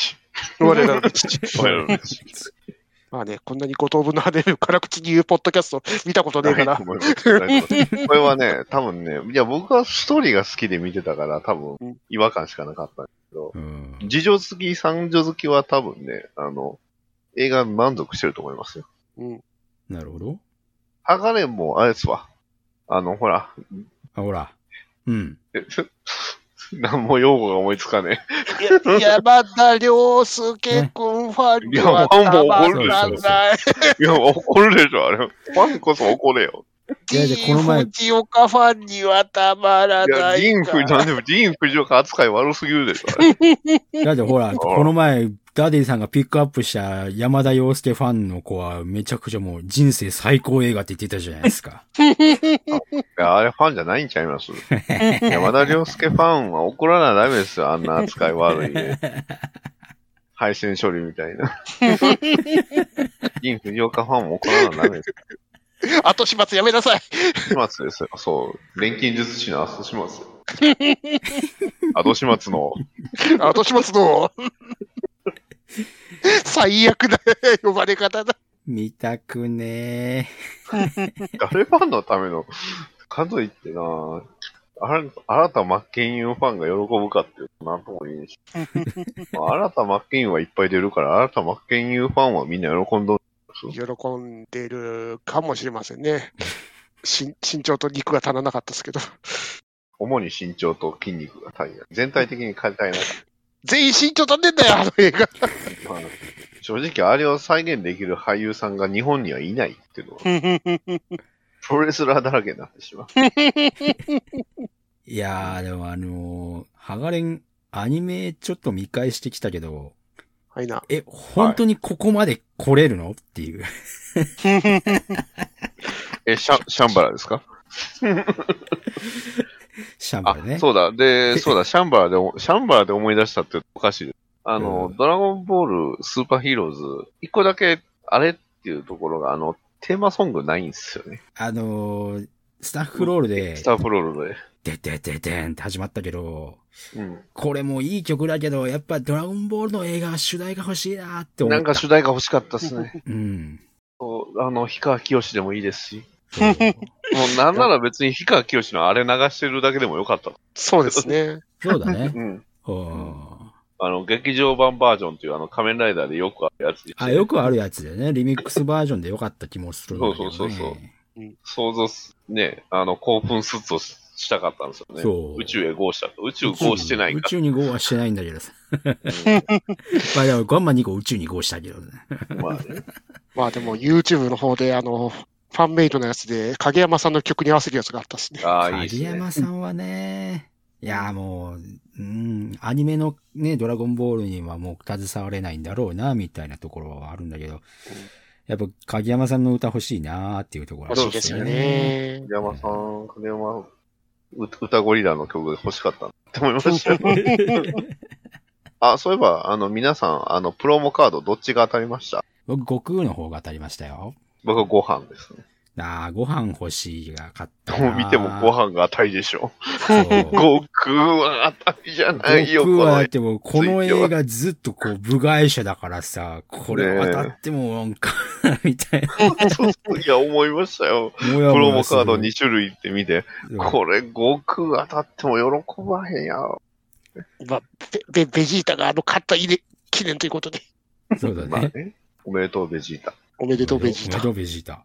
D: 我らの父。
A: 我らの道。
D: まあね、こんなに五等分の羽根を辛口に言うポッドキャスト見たことねえ
A: な
D: か
A: い
D: ら
A: と。思いますないと思いますこれはね、多分ね、いや、僕はストーリーが好きで見てたから、多
D: う
A: 分
D: ん
A: 違和感しかなかった。
B: うん
A: 次女好き、三女好きは多分ね、あの、映画満足してると思いますよ。
D: うん。
B: なるほど。
A: ハガレンも、あれですわ。あの、ほら、
B: あ、ほら。うん。
A: 何も用語が思いつかね
D: いや山田涼介君ファンにはたまらない。
A: え。いや、怒るでしょ、あれ。ファンこそ怒れよ。
B: いやいや
D: デ
B: この
D: ィ
B: 前
D: ー・藤岡ファンにはたまら
A: いや、
D: ない。
A: ディーン・フジ、なんでもディーン・フジオカ扱い悪すぎるでしょ、あれ。
B: だって ほら、この前、ダディさんがピックアップした山田洋介ファンの子はめちゃくちゃもう人生最高映画って言ってたじゃないですか。
A: いや、あれファンじゃないんちゃいます山田涼介ファンは怒らなダメですよ、あんな扱い悪いね。配線処理みたいな。銀藤岡ファンも怒らなダメです。
D: 後始末やめなさい。
A: 始末ですよ、そう。錬金術師の後始末。後始末の、
D: 後始 末の。最悪な呼ばれ方だ。
B: 見たくね
A: 誰ファンのための、かといってなあら新田真剣佑ファンが喜ぶかっていうと、なんとも言えんし。まあ新田真剣佑はいっぱい出るから、新田真剣佑ファンはみんな喜んどる
D: 喜んでるかもしれませんね。身身長と肉が足らなかったですけど。
A: 主に身長と筋肉が足りない。全体的に変えたいな。
D: 全員身長足んねえんだよ、あの映画。
A: まあ正直、あれを再現できる俳優さんが日本にはいないっていうのは、 プロレスラーだらけになってしまう。
B: ー。いやー、でもあのー、ハガレン、アニメちょっと見返してきたけど、
D: はいな。
B: え、本当にここまで来れるのって いう。
A: え、シャシャンバラですか
B: シャンバ
A: あ
B: ルね。
A: そうだ。 で、そうだ、シャンバラでお、シャンバラで思い出したっておかしい。あの、
B: うん
A: ドラゴンボールスーパーヒーローズ、一個だけ、あれっていうところが、あの、テーマソングないんですよね。
B: あのー、スタッフロールで
A: ス、ターフロール
B: ででででんって始まったけど、
A: で。うん。
B: これもいい曲だけど、やっぱドラゴンボールの映画は主題が欲しいなーって思った。
A: なんか主題が欲しかったです ね。
B: うん。
A: そうあの、氷川きよしでもいいですし。
B: そう
A: もうなんなら別に氷川きよしのあれ流してるだけでもよかった。
D: そうですね。
B: そうだ ね。
A: うん。
B: うん
A: あの、劇場版バージョンっていうあの仮面ライダーでよくあるやつで
B: あ、よくあるやつでね、リミックスバージョンで良かった気もするんだけど、ね。
A: そうそうそう想像す、ね、あの、興奮スーツをししたかったんですよね。
B: そう
A: 宇宙へゴーした。宇宙ゴーしてない
B: 宇
A: か
B: 宙にゴーはしてないんだけ どさ。
A: ら。
B: まあでも、ガンマ2号宇宙にゴーしたけどね。
A: まあね。
D: まあでも YouTube の方で、あの、ファンメイドのやつで、影山さんの曲に合わせるやつがあったっすね。
A: ああ、いいです
B: 影
A: ね。
B: 山さんはね、いや、もう、うん、アニメのね、ドラゴンボールにはもう携われないんだろうな、みたいなところはあるんだけど、やっぱ影山さんの歌欲しいなーっていうところは
D: 欲しいですよね。
A: 影山さん、影山、う歌ゴリラの曲が欲しかったなって思いましたよ。 あ、そういえば、あの、皆さん、あの、プロモカードどっちが当たりました
B: 僕、悟空の方が当たりましたよ。
A: 僕はご飯ですね。
B: ああ、ご飯欲しいが勝ったな。
A: もう見てもご飯が当たりでしょ。
B: そう
A: 悟空は当たりじゃないよ、
B: 僕
A: こ
B: は
A: の
B: だってもうこの映画ずっとこう部外者だからさ、これ当たってもなんか、 みたいな。
A: そうそういや、思いましたよ。
B: プ
A: プロモカード2種類って見て、
B: こ
A: これ、悟空当たっても喜ばへんやろ。
D: まあ、ベベベジータがあの勝った記念ということで、
B: う。そうだ
A: まあ
B: ね。
A: ね。おめでとう、ベジータ。
D: おめでとうベジー
B: おめで
D: タ。
B: とうベジータ。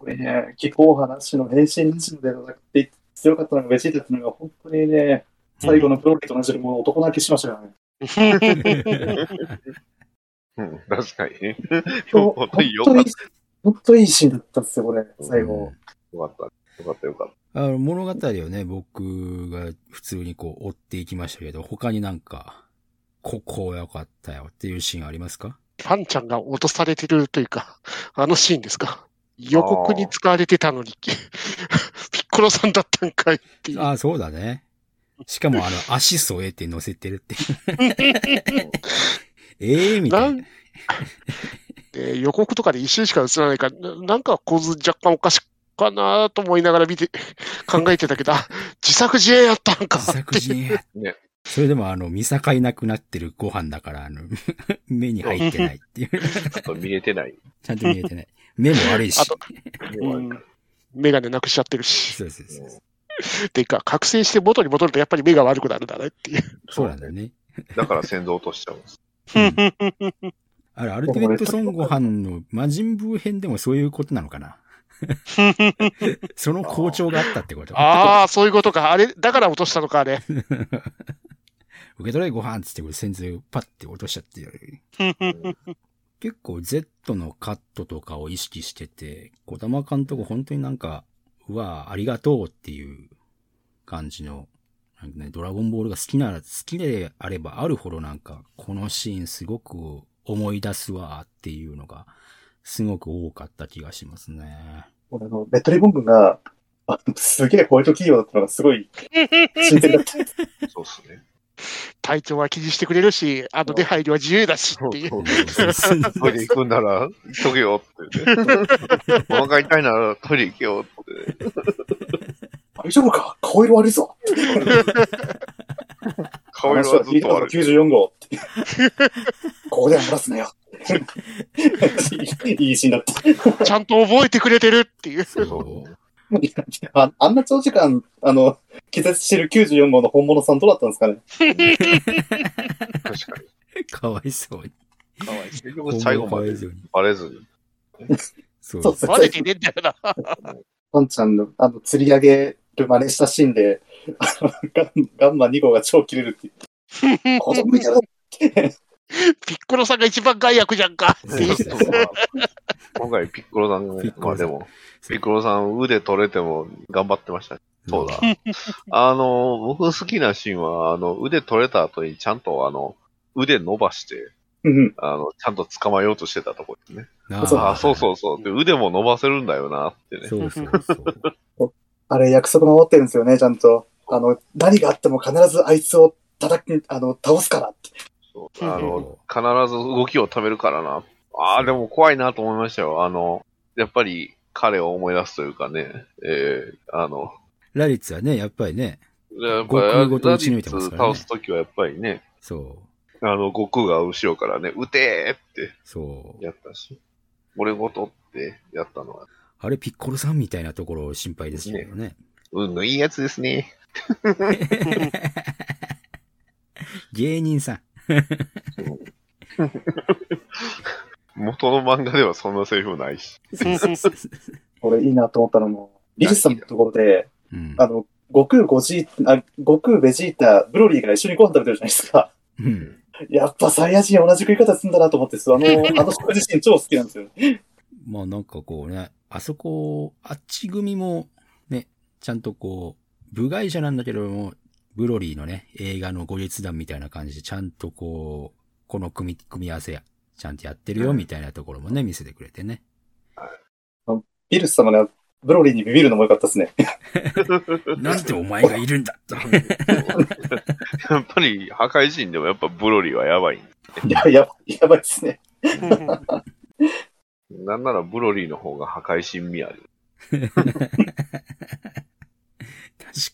C: これね、気候話の変身ラジオではなくて、強かったのがベジータっていうのが本当にね、最後のプロレーと同じでもう男泣きしましたからね。
A: うん、確かに。
C: 本
A: 本当
C: 当
A: に
C: に
A: よかっ、
C: 本当にいいシーンだったんですよ、これ、最後。
A: た。よかった。よかった、よかっ
B: あの物語をね、僕が普通にこう追っていきましたけど、他になんか、ここ良かったよっていうシーンありますか
D: ファンちゃんが落とされてるというか、あのシーンですか。予告に使われてたのに、ピッコロさんだったんかいっていう。
B: ああ、そうだね。しかもあの、 足添えて乗せてるっていう。ええみた
D: ないん
B: な。
D: で予告とかで一瞬しか映らないから、ななんか構図若干おかしいかなと思いながら見て、考えてたけど、あ自作自演やったんか
B: 自作自演や。
A: ね
B: それでもあの、見境なくなってるご飯だから、あの、 目に入ってないってい う。
A: た。ちょっと見えてない。
B: ちゃんと見えてない。目も悪いし。
D: あと
A: もうな
D: う
A: んんか
D: メガネなくしちゃってるし。
B: そうそうそうそう。
D: ていうか、覚醒して元に戻るとやっぱり目が悪くなるんだねっていう。
B: そうなんだよね。
A: だから先祖落としちゃうんです。
B: あれ、アルティメットソンご飯の魔人ブー編でもそういうことなのか なその好調があったってこと。
D: ああ、そういうことか。あれ、だから落としたのか、あれ。
B: 受け取れご飯っつってこれ先生パッて落としちゃってる。結構 Z のカットとかを意識してて、小玉監督本当になんか、うわあ、ありがとうっていう感じの、なんかね、ドラゴンボールが好きなら、好きであればあるほどなんか、このシーンすごく思い出すわっていうのが、すごく多かった気がしますね。
C: 俺、あの、ベッドリボン軍が、あのすげえホワイト企業だったのがすごい、新鮮だった。
A: そうっすね。
D: 体調は気にしてくれるし、あの出入りは自由だしっていう。
A: トイレ行くんなら行っとけよって、ね。お腹痛いならトイレ行けよって、
C: 大丈夫か顔色悪いぞ
A: 顔色はずっと悪い。
C: 94号。ここでは漏らすなよ。 いいシーンだった。
D: ちゃんと覚えてくれてるっ ていう。
B: そう。
C: いや ああんな長時間、あの、気絶してる94号の本物さんどうだったんですかね
A: 確か
B: かわいそうに。
A: に。かわいい。結局 最後まで
B: かわいそうに
A: バレずに。
B: そう
C: そうそう
D: バレてねえんだよな。
C: パンちゃんの、あの、釣り上げる真似したシーンで、 あのガンガンマ2号が超切れるって言って、子供いたろ
D: ピッコロさんが一番害悪じゃんかっていう。
A: そうそう今回ピッコロさんが
B: ピッ
A: ね、
B: コ
A: ま
B: ロ
A: あ
B: さ
A: で
B: ん
A: も、ピッコロさん腕取れても頑張ってましたね。そうだ。
B: ん。
A: あの、僕好きなシーンは、あの、腕取れた後にちゃんとあの、腕伸ばして、
C: うん
A: あの、ちゃんと捕まえようとしてたとこですね。
B: な
C: そう
A: ああ、そうそうそう。で腕も伸ばせるんだよなってね。
B: そうそうそう。
C: あれ、約束守ってるんですよね、ちゃんと。あの、何があっても必ずあいつを叩き、あの、倒すからって。
A: そうあの、必ず動きを止めるからな。ああ、でも怖いなと思いましたよ。あの、やっぱり彼を思い出すというかね、ええあの、
B: ラリッツはね、やっぱりね、
A: やっ
B: 悟空ごと
A: ラ
B: 打ち抜
A: デ
B: い
A: ィ
B: てま
A: ツ
B: すからね
A: 倒すときはやっぱりね、
B: そ
A: あの、悟空が後ろからね、撃てーって
B: う、そう。
A: やったし、俺ごとってやったのは、
B: あれ、ピッコロさんみたいなところ心配ですけどね。
A: 運のいいやつですね。
B: 芸人さん。
A: 元の漫画ではそんなセリフないし。
B: そうそうそうそう
C: これいいなと思ったのも、リリスさんのところで、
B: うん。
C: あの、悟空、ゴジーあ、悟空、ベジータ、ブロリーが一緒にご飯食べてるじゃないですか。
B: うん。
C: やっぱサイヤ人は同じ食い方するんだなと思って、そうあの、あの食事シーン超好きなんですよ。
B: まあなんかこうね、あそこ、あっち組も、ね、ちゃんとこう、部外者なんだけども、ブロリーのね、映画の後日談みたいな感じで、ちゃんとこう、この組み、組み合わせや、ちゃんとやってるよみたいなところもね、見せてくれてね。
C: ビルス様ね、ブロリーにビビるのも良かったですね。
B: なんでお前がいるんだって。
A: やっぱり破壊神でもやっぱブロリーはやばい。
C: い や、やばい、やばいですね。
A: なんならブロリーの方が破壊神味ある。
B: 確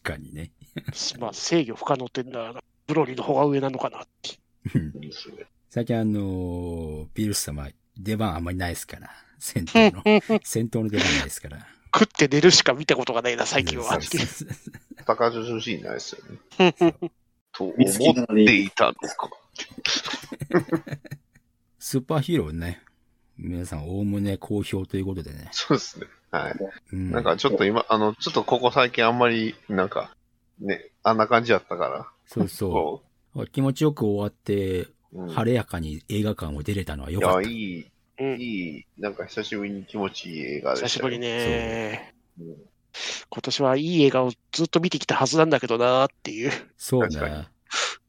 B: かにね。
D: まあ制御不可能ってんだな。ブロリーの方が上なのかなっていう。
B: うん
A: いいですね。
B: 最近あのービルス様、出番あんまりないですから。戦闘 の。戦闘の出番ないですから。
D: 食って寝るしか見たことがないな、最近は。っていう
B: そうそうそう
A: 戦女女シーンないですよね。と思
C: 水着なのに
A: っていたのか。
B: スーパーヒーローね。皆さん、おおむね好評ということでね。
A: そうですね。はい。
B: うん。
A: なんかちょっと今、あの、ちょっとここ最近あんまり、なんか、ね、あんな感じやったから、
B: そうそ
A: こ
B: う。気持ちよく終わって、
A: う、うん、
B: 晴れやかに映画館を出れたのは良
A: い
B: かっ
A: や、
B: た。
A: い
D: うん
A: い、いい、なんか久しぶりに気持ちいい映画でした
D: 久
A: よ。
D: しぶりね。
A: そううん
D: 今年はいい映画をずっと見てきたはずなんだけどなーっていう。
B: そう
A: 確か
B: ね。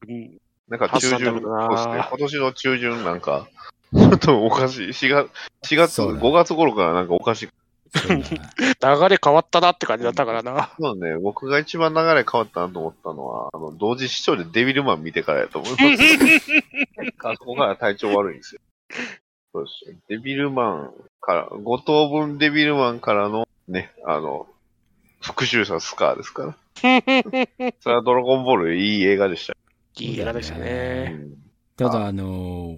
D: うん、
A: なんか中
D: 発散
A: 旬、そ
D: だ
A: う
D: ろ
A: ですね
D: うな。
A: 今年の中旬なんか、 ちょっとおかしい。4月、4月、
B: そうだ
A: 5月頃からなんかおかしい。
B: そうね
D: 流れ変わったなって感じだったからな。
A: そうね、僕が一番流れ変わったなと思ったのは、あの、同時視聴でデビルマン見てからやと思います。あそこから体調悪いんですよ。そうですね。デビルマンから、5等分デビルマンからのね、あの、復讐者スカーですから。それはドラゴンボールいい映画でした。
D: いい映画でした
A: う
D: ね。
A: ん
B: ただ、あの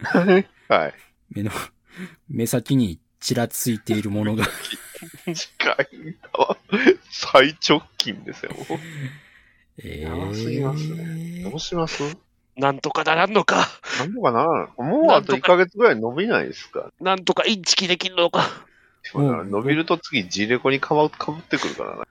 B: ー
A: はい。はい。
B: 目の、目先にちらついているものが、
A: 近いんだわ。最直近ですよ。も
B: え
A: やばすぎますうどうします
D: なんとかならんのか。
A: なんとかならんもうあと1ヶ月ぐらい伸びないですか
D: なんとかインチキできんのか。
B: うん
A: 伸びると次、ジレコにかぶかぶってくるからな。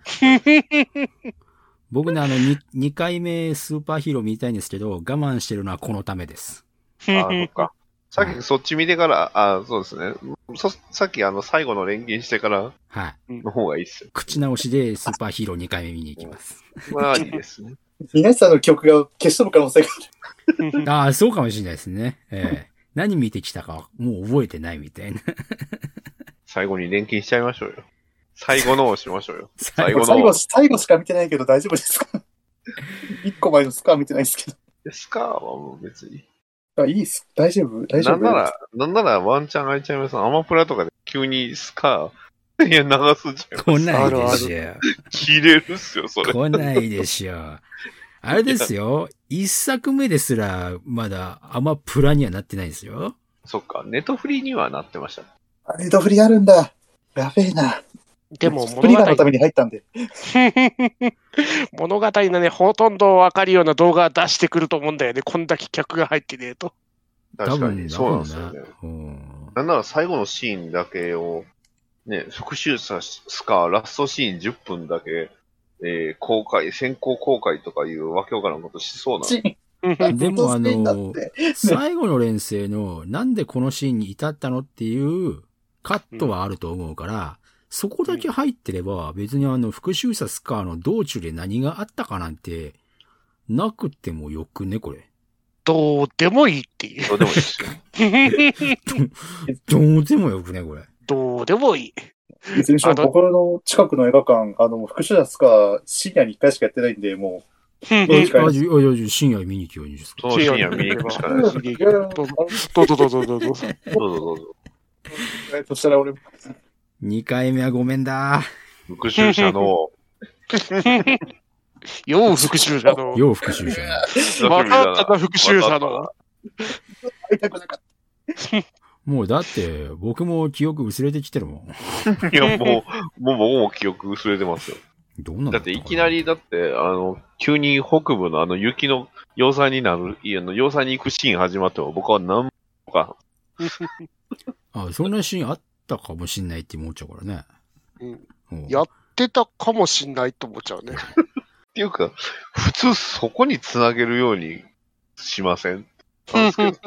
B: 僕ね、あの、2, 2回目スーパーヒーロー見たいんですけど、我慢してるのはこのためです。
A: あそっか。さっきそっち見てから、あそうですね。そさっきあの最後の連勤してから
B: はい。
A: の方がいいっすよ。
B: 口直しでスーパーヒーロー2回目見に行きます。
A: まあいいですね。
C: 皆さんの記憶が消し飛ぶ可能性がある。
B: ああ、そうかもしれないですね。ええ何見てきたかもう覚えてないみたいな。
A: 最後に連勤しちゃいましょうよ。最後のをしましょうよ。
B: 最
A: 最後の
C: 最後、最後しか見てないけど大丈夫ですか 一個前のスカー見てないですけど
A: でスカーはもう別に。。
C: あいいっす。大丈夫大丈
A: な
C: 夫
A: んなら、なんならワンチャン開いちゃいます。アマプラとかで急にスカー、い や、流すじゃん。
B: 来ないで
A: ある
B: しょ。
A: 切れるっすよ、それ。
B: 来ないでしょ。あれですよ。一作目ですら、まだアマプラにはなってないですよ。
A: そっか、ネットフリーにはなってました。
C: あネットフリあるんだ。やべえな。
D: でも
C: フリーラ
D: 物
C: ーのた
D: 語、
C: めに入ったんで。
D: 物語のね、ほとんどわかるような動画は出してくると思うんだよね。こんだけ客が入ってねえと。
A: 確か
B: 多分
A: に、そうなんですよね。
B: うん
A: なんなら最後のシーンだけを、ね、復讐さすか、ラストシーン10分だけ、えー公開、先行公開とかいうわけわからんことしそうな。
B: でもあの
C: ラストシーンだって
B: 最後の連成の、なんでこのシーンに至ったのっていうカットはあると思うから、そこだけ入ってれば、別にあの、復讐者スカーの道中で何があったかなんて、なくてもよくね、これ。
D: どうでもいいっていう。
A: どうでもいいですよ。
B: どうでもよくね、これ。
D: どうでもいい。
C: いずれにしろ
D: あの
C: 僕の近くの映画館、あの、副者スカー深夜に1回しかやってないんで、もう、どう
B: あ、
C: に
B: いや
C: か
B: いやいや深夜見に行きように
A: そのシーンは見に行くしかないですよ。
D: どうぞどうぞどうぞどうぞ。
A: どうぞどうぞ。
C: そしたら俺も、
B: 2回目はごめんだ。
A: 復讐者の、
D: よう復讐者の。
B: よう復讐者の。
D: またただ復讐者の。
C: 会いたくなかっ
B: もうだって、僕も記憶薄れてきてるもん。
A: いや、もう、もう僕も記憶薄れてますよ。
B: どうなん
A: だっていきなり、だって、あの、急に北部のあの雪の要塞になる、いやあの要塞に行くシーン始まっても僕は何もか、
B: あ、そんなシーンあったかもしんないって思っちゃうからね。
D: うん
B: うん
D: やってたかもしんないと思っちゃうね。
A: っていうか、普通そこにつなげるようにしませんなんですけど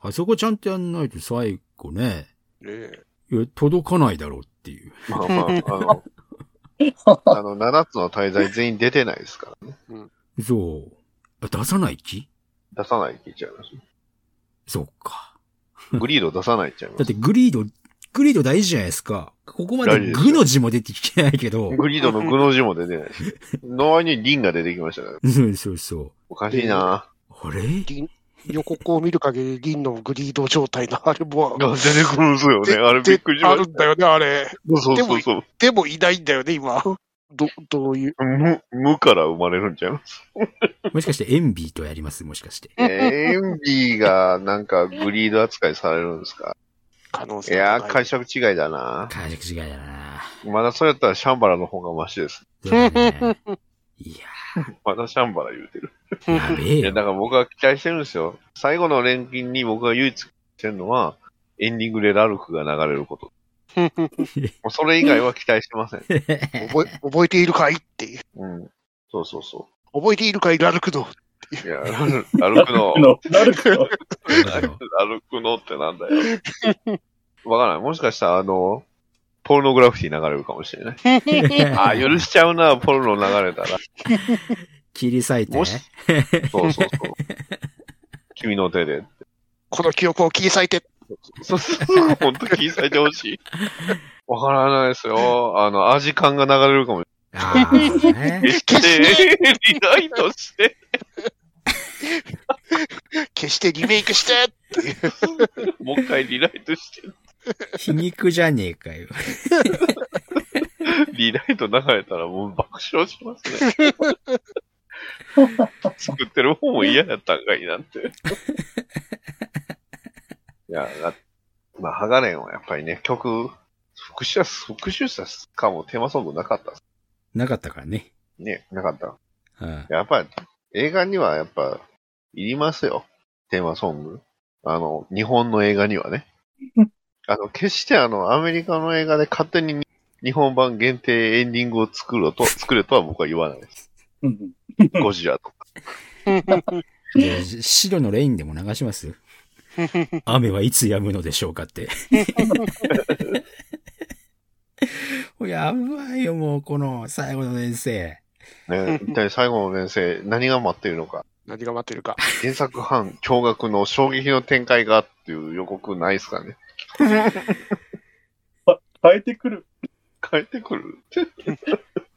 B: あそこちゃんとやんないと最後ね、
D: ね
B: いや届かないだろうっていう。
A: まあまあ、あの、あの、7つの滞在全員出てないですからね。
B: そう。あ出さない気
A: 出さないって言っちゃいます。
B: そうか。
A: グリード出さないって言っちゃ
B: だ
A: い
B: ってグリード、グリード大事じゃないですか。ここまで
A: 大事ですよ
B: グの字も出てきてないけど
A: ます。。グリードのグの字も出てないし。のわにリンが出てきましたから。
B: そうそうそう。
A: おかしいな
B: あれ
D: 予告を見る限り、リンのグリード状態のあれも
A: ぁ。、出てくるんですよね。あれびっくりし
D: あ
A: ま
D: る
A: し
D: んだよね、あれ。
A: た。そうそうそう。
D: でもいないんだよね、今。ど、どういう。
A: 無、無から生まれるんちゃい ます
B: もしかしてエンビーとやりますもしかして。
A: エンビーがなんかグリード扱いされるんですか
D: 可能
A: い
D: 性
A: や
D: が
A: ー、解釈違いだな
B: 解釈違いだな
A: まだそうやったらシャンバラの方がマシです。
B: そうだねい
A: まだシャンバラ言うてる。
B: や、やべえ
A: いや、だ
B: よ。
A: から僕は期待してるんですよ。最後の錬金に僕が唯一期待してるのは、エンディングでラルクが流れること。もうそれ以外は期待してません。
D: 覚え覚えているかいっていう。
A: うん。そうそうそ
D: 覚えているかいラルクド。
A: う。いや、歩くの、
C: なるほど。
A: 歩くのってなんだよ。わからない。もしかしたら、あの、ポルノグラフィティ流れるかもしれない。 あ、許しちゃうな、ポルノ流れたら。
B: 切り裂いてね
A: も。し、そうそうそう。君の手で。
D: この記憶を切り裂いて。
A: そうそう、本当に聞いてほしい。わからないですよ。あの、味感が流れるかもし
B: ああ、ね
A: れない。決して、リライトして。
D: 決してリメイ クして
A: もう一回リライトして。
B: 皮肉じゃねえかよ。
A: リライト流れたらもう爆笑しますね。作ってる方も嫌やったんかいなんて。いや、だまあ、ハガレンはやっぱりね、曲、復習、復習したしかもテーマソングなかったっす
B: なかったからね。
A: ね。なかった。
B: うん。
A: やっぱり、映画にはやっぱ、いりますよ。テーマソング。あの、日本の映画にはね
C: うん。
A: あの、決してあの、アメリカの映画で勝手にに日本版限定エンディングを作ろうと、作れとは僕は言わない です。
C: うんうん
A: ゴジラとか。
B: じゃあし白のレインでも流します雨はいつ止むのでしょうかって。 やばいよ、もう、この最後の年生。
A: ね、一体最後の連生、何が待っているのか。
D: 何が待ってるか。
A: 原作版驚愕の衝撃の展開がっていう予告ないですかね。
C: 変えてくる。
A: 帰ってくる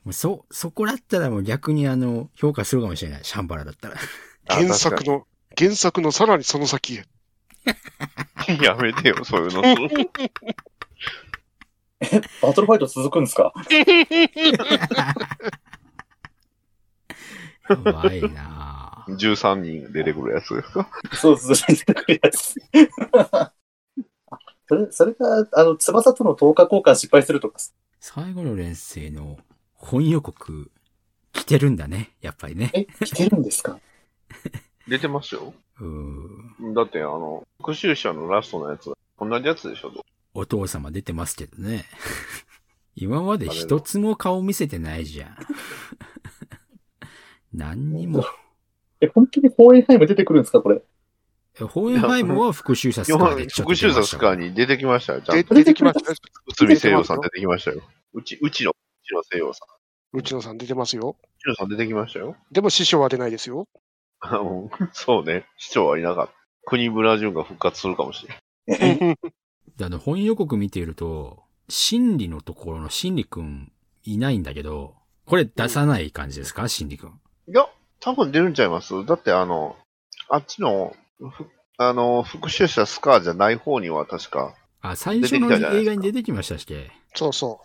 B: もうそ、そこだったらもう逆にあの、評価するかもしれない。シャンバラだったら。
A: あ
D: 原作
A: 確
D: の、原作のさらにその先へ。
A: かにやめてよ、そういうの。
C: バトルファイト続くんですか
B: やばいなぁ
A: 13人出てくるやつですか。
C: そうそう、そう出てくるやつ。 あそれ、それが、あの、翼との等価交換失敗するとか、
B: 最後の連生の本予告、来てるんだね。やっぱりね。
C: え、来てるんですか
A: 出てますよ。
B: うーん。
A: だって、あの、復讐者のラストのやつ、同じやつでしょ、
B: お父様出てますけどね。 今まで一つも顔見せてないじゃん。 何にも。
C: え、本当にホーエンハイム出てくるんですかこれ。
B: ホーエンハイムは復讐者
A: 日
B: スカー
A: 本
B: でちょ
A: 復
B: っと
A: 讐
B: 出ま
A: 者
B: し
A: ス
B: た
A: カ
B: か
A: ー
B: ら。
A: に出てきましたよ、ちゃ
D: で
A: んと。
D: 出てきました。
A: 内海聖洋さん出てきましたよ。うち、うちの、うちの聖洋さん。
D: 内野さん出てますよ。
A: うちのさん出てきましたよ。
D: でも師匠は出ないで すよ。
A: あのそうね、市長はいなかった。国村淳が復活するかもしれない。
B: であの、本予告見ていると、心理のところの心理くんいないんだけど、これ出さない感じですか心理くん。
A: いや、多分出るんちゃいますだってあの、あっちの、ふあの、復讐者スカーじゃない方には確か、
B: あ、最初の
A: 出てきたじゃない
B: 映画に出てきましたっけ
D: そうそ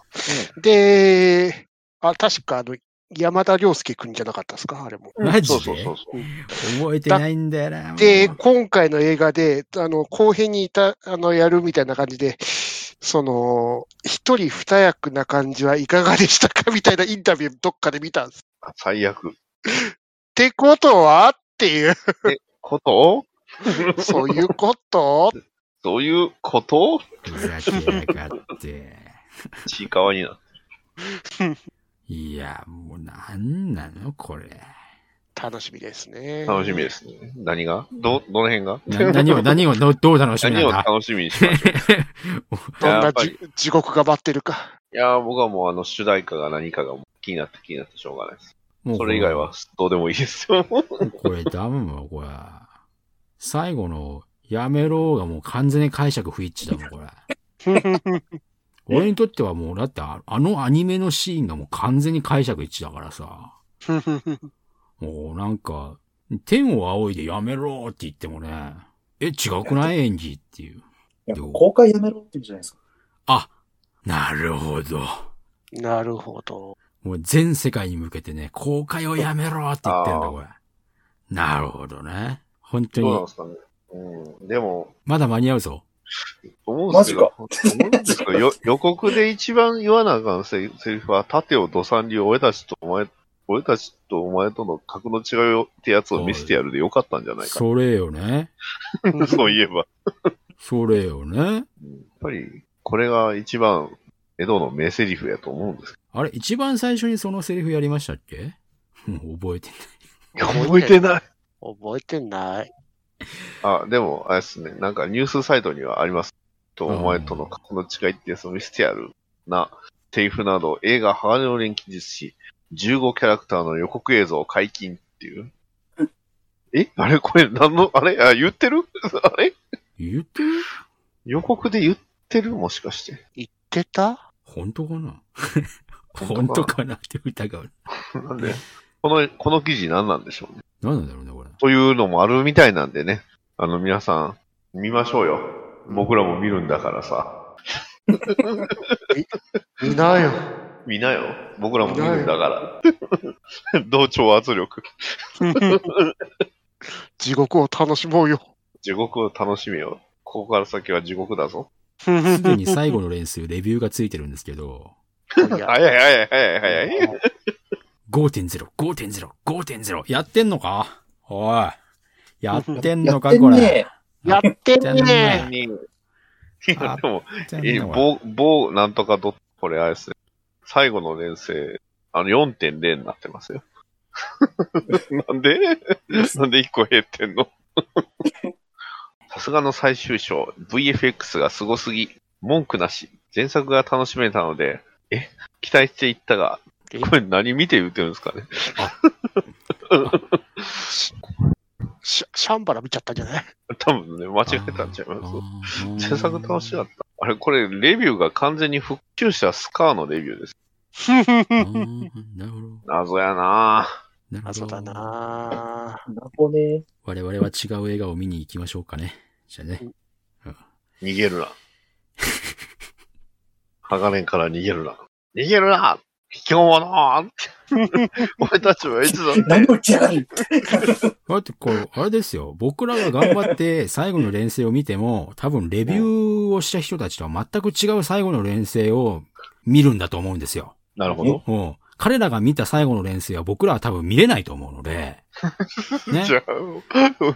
D: う。で、あ、確かあの、山田涼介くんじゃなかったですかあれも。
B: マジ
A: そう
B: で
A: そうそうそう。
B: 覚えてないんだよな。
D: で、
B: もう
D: 今回の映画で、あの、後編にいた、あの、やるみたいな感じで、その、一人二役な感じはいかがでしたかみたいなインタビューどっかで見たんです。っ
A: あ最悪。
D: てことはって いう、
A: ことを
D: そういうこと
A: そういうことを
B: ふざけやがって。
A: ちいかわになって。
B: いや、もうなんなのこれ。
D: 楽しみですね。
A: 楽しみですね。何がど、どの辺が
B: な何を、何を、どどう楽しみ
A: 何
B: なん
A: を
B: だ
A: 楽しみにしましょう。
D: どん
A: や
D: な
A: っぱ
D: じ地獄が待ってるか。
A: いやー、僕はもうあの 主題歌が何かが気になって気になってしょうがないです。
B: もう
A: それ以外はどうでもいいですよ。
B: これダメもん、これ。最後の、やめろがもう完全に解釈不一致だもん、これ。俺にとってはもう、だってああのアニメのシーンがもう完全に解釈一致だからさ。もうなんか、天を仰いでやめろって言ってもね、え、違くない演技っていう。
C: いや
B: どう
C: 公開やめろって言うじゃないですか。
B: あ、なるほど。
D: なるほど。
B: もう全世界に向けてね、公開をやめろって言ってるんだ、これ。なるほどね。本当
A: どうなん
B: に
A: で、すかね。うん。でも、
B: まだ間に合うぞ。
A: 思うんで
C: マ
A: す
C: ジ
A: けど
C: か、。
A: 思うんですけどよ 予告で一番言わなあかんセセリフは、盾を土産流、俺たちとお前、俺たちとお前との格の違いをってやつを見せてやるでよかったんじゃないか。
B: それよね。
A: そういえば。
B: それよね。
A: やっぱり、これが一番、江戸の名セリフやと思うんです
B: あれ、一番最初にそのセリフやりましたっけもう覚えてない。
A: けど。覚えてない。
D: 覚えてない。
A: あ、でも、あれですね、なんかニュースサイトにはあります。と、
B: うん
A: お前との過去の違いって、そのミステリアルなセリフなど、映画鋼の錬金術師、15キャラクターの予告映像解禁っていう。えあれこれ、何の、あれあ、言ってるあれ
B: 言ってる
A: 予告で言ってるもしかして。
D: 言ってた
B: 本当かな
A: 本
B: 本
A: 当
B: 当
A: か
B: かなって疑う。
A: なんで、この、この記事何なんでしょうね。
B: 何なんだろうね、これ。
A: というのもあるみたいなんでね。あの、皆さん、見ましょうよ。僕らも見るんだからさ。
D: 見なよ。
A: 見なよ。僕らも見るんだから。同調圧力。
D: 地獄を楽しもうよ。
A: 地獄を楽しめよ。ここから先は地獄だぞ。
B: すでに最後の練習、レビューがついてるんですけど、
D: い
A: 早い
D: や
A: 早い早い早い。
B: 5.0、5.0、5.0、やってんのかおい。やってんの
C: や
B: か、
C: ってん
B: こ
C: ね
B: れ。
D: やってん
B: や
D: ね
A: にいやでも、
B: やってん
A: え、
B: のか
A: 某、某なんとかドット、これあれですね。最後の連成、あの4.0になってますよ。 なんでなんで1個減ってんの さすがの最終章、VFX がすごすぎ、文句なし、前作が楽しめたので、え、期待していったが、
D: え
A: これ何見て言ってるんですかね
D: シャシャンバラ見ちゃったんじ ゃない
A: 多分ね、間違えたんちゃいます。制
B: す
A: 作楽しかった。あれ、これ、レビューが完全に復旧したスカーのレビューです。
B: た。うんなるほど。
A: 謎やなぁ。
B: なるほ
D: 謎
B: ど。
D: だな
C: なるほどね。
B: 我々は違う映画を見に行きましょうかね。じゃあね。
A: 逃げるな。鋼から逃げるな。逃げるな卑怯者 俺たちはいつだ
C: 何を言ってやがる
B: だってこう、あれですよ。僕らが頑張って最後の連成を見ても、多分レビューをした人たちとは全く違う最後の連成を見るんだと思うんですよ。
A: なるほど。
B: うん。彼らが見た最後の連成は僕らは多分見れないと思うの で。ね。
A: じゃあ、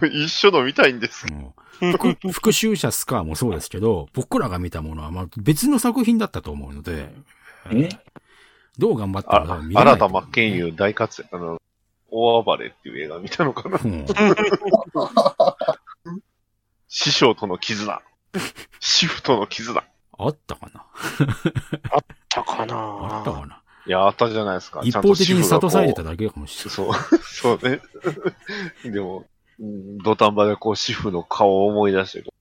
A: 一緒の見たいんです。
B: うん復復讐者スカーもそうですけど、僕らが見たものはまあ別の作品だったと思うので、
C: え
B: どう頑張ったら多
A: あ
B: 分見れない
A: 新田真剣佑大活躍、あの、大暴れっていう映画見たのかな
B: うん
A: 師匠との絆。シフトの絆。
B: あったかな
D: たかな
B: あったかない
A: や、あったじゃないですか。
B: 一方的に諭されてた
A: だ
B: だけかもしれない。
A: そう、そうね。でも、うん土壇場でこう、主婦の顔を思い出して、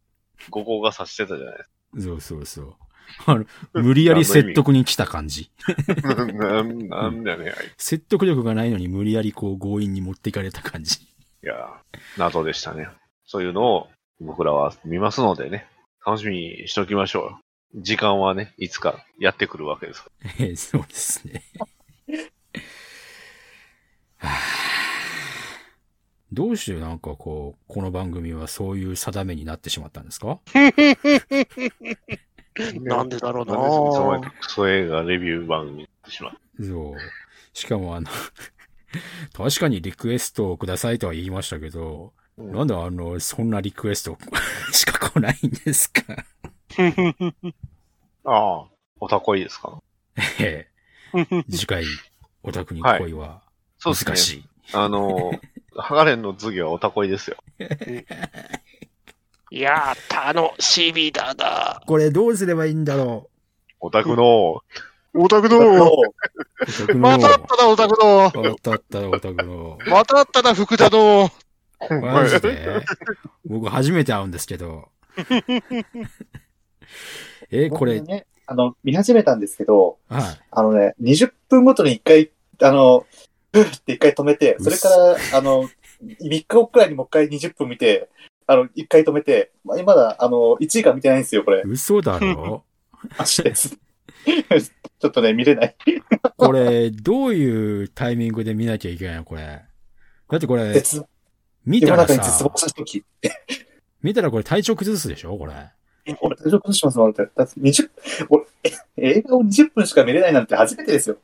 A: ここが察してたじゃない
B: そうそうそう。あの、無理やり説得に来た感じ。
A: ですか。 なんなんだよね、あい
B: 説得力がないのに無理やりこう強引に持っていかれた感じ。
A: いや、謎でしたね。そういうのを僕らは見ますのでね、楽しみにしときましょうよ。時間はね、いつかやってくるわけですか。
B: ええそうですね。 はあどうしてなんかこう、この番組はそういう定めになってしまったんですから
D: なんでだろうな
A: なんでクソ映画レビュー番組になってしまう。
B: そう。しかもあの、 確かにリクエストをくださいとは言いましたけど、
A: うん
B: なんであの、そんなリクエスト しか来ないんですか
A: ああ、おたこいですか
B: ええ次回、オタクに恋は
A: そうですね
B: 難。しい。
A: あの、ハガレンの次はおたこいですよ。
D: いやー、楽しみだな
B: これどうすればいいんだろ
A: オタクの、
D: オタクの
B: う。オタクの、
D: またあったな、オタクの
B: あったあった、オタクの。
D: またあったな、福田の
B: マジで僕初めて会うんですけ ど。え、これ
C: 僕、ね、あの、見始めたんですけど、
B: はい。
C: あのね、20分ごとに一回、あの、ふーって一回止めて、それから、あの、3日後くらいにもう一回20分見て、あの、一回止めて、まあ、まだ、あの、1位が見てないんですよ、これ。
B: 嘘だ ろ
C: マジです。ちょっとね、見れない。
B: これ、どういうタイミングで見なきゃいけないのこれ。だってこれ、
C: 絶
B: 見
C: 世
B: た
C: の
B: ら
C: 中に絶
B: さ
C: 望、した時。
B: 見たらこれ体調崩すでしょ これ。
C: 俺、大丈夫しますもん、俺。だって20、俺、え映画を20分しか見れないなんて初めてですよ。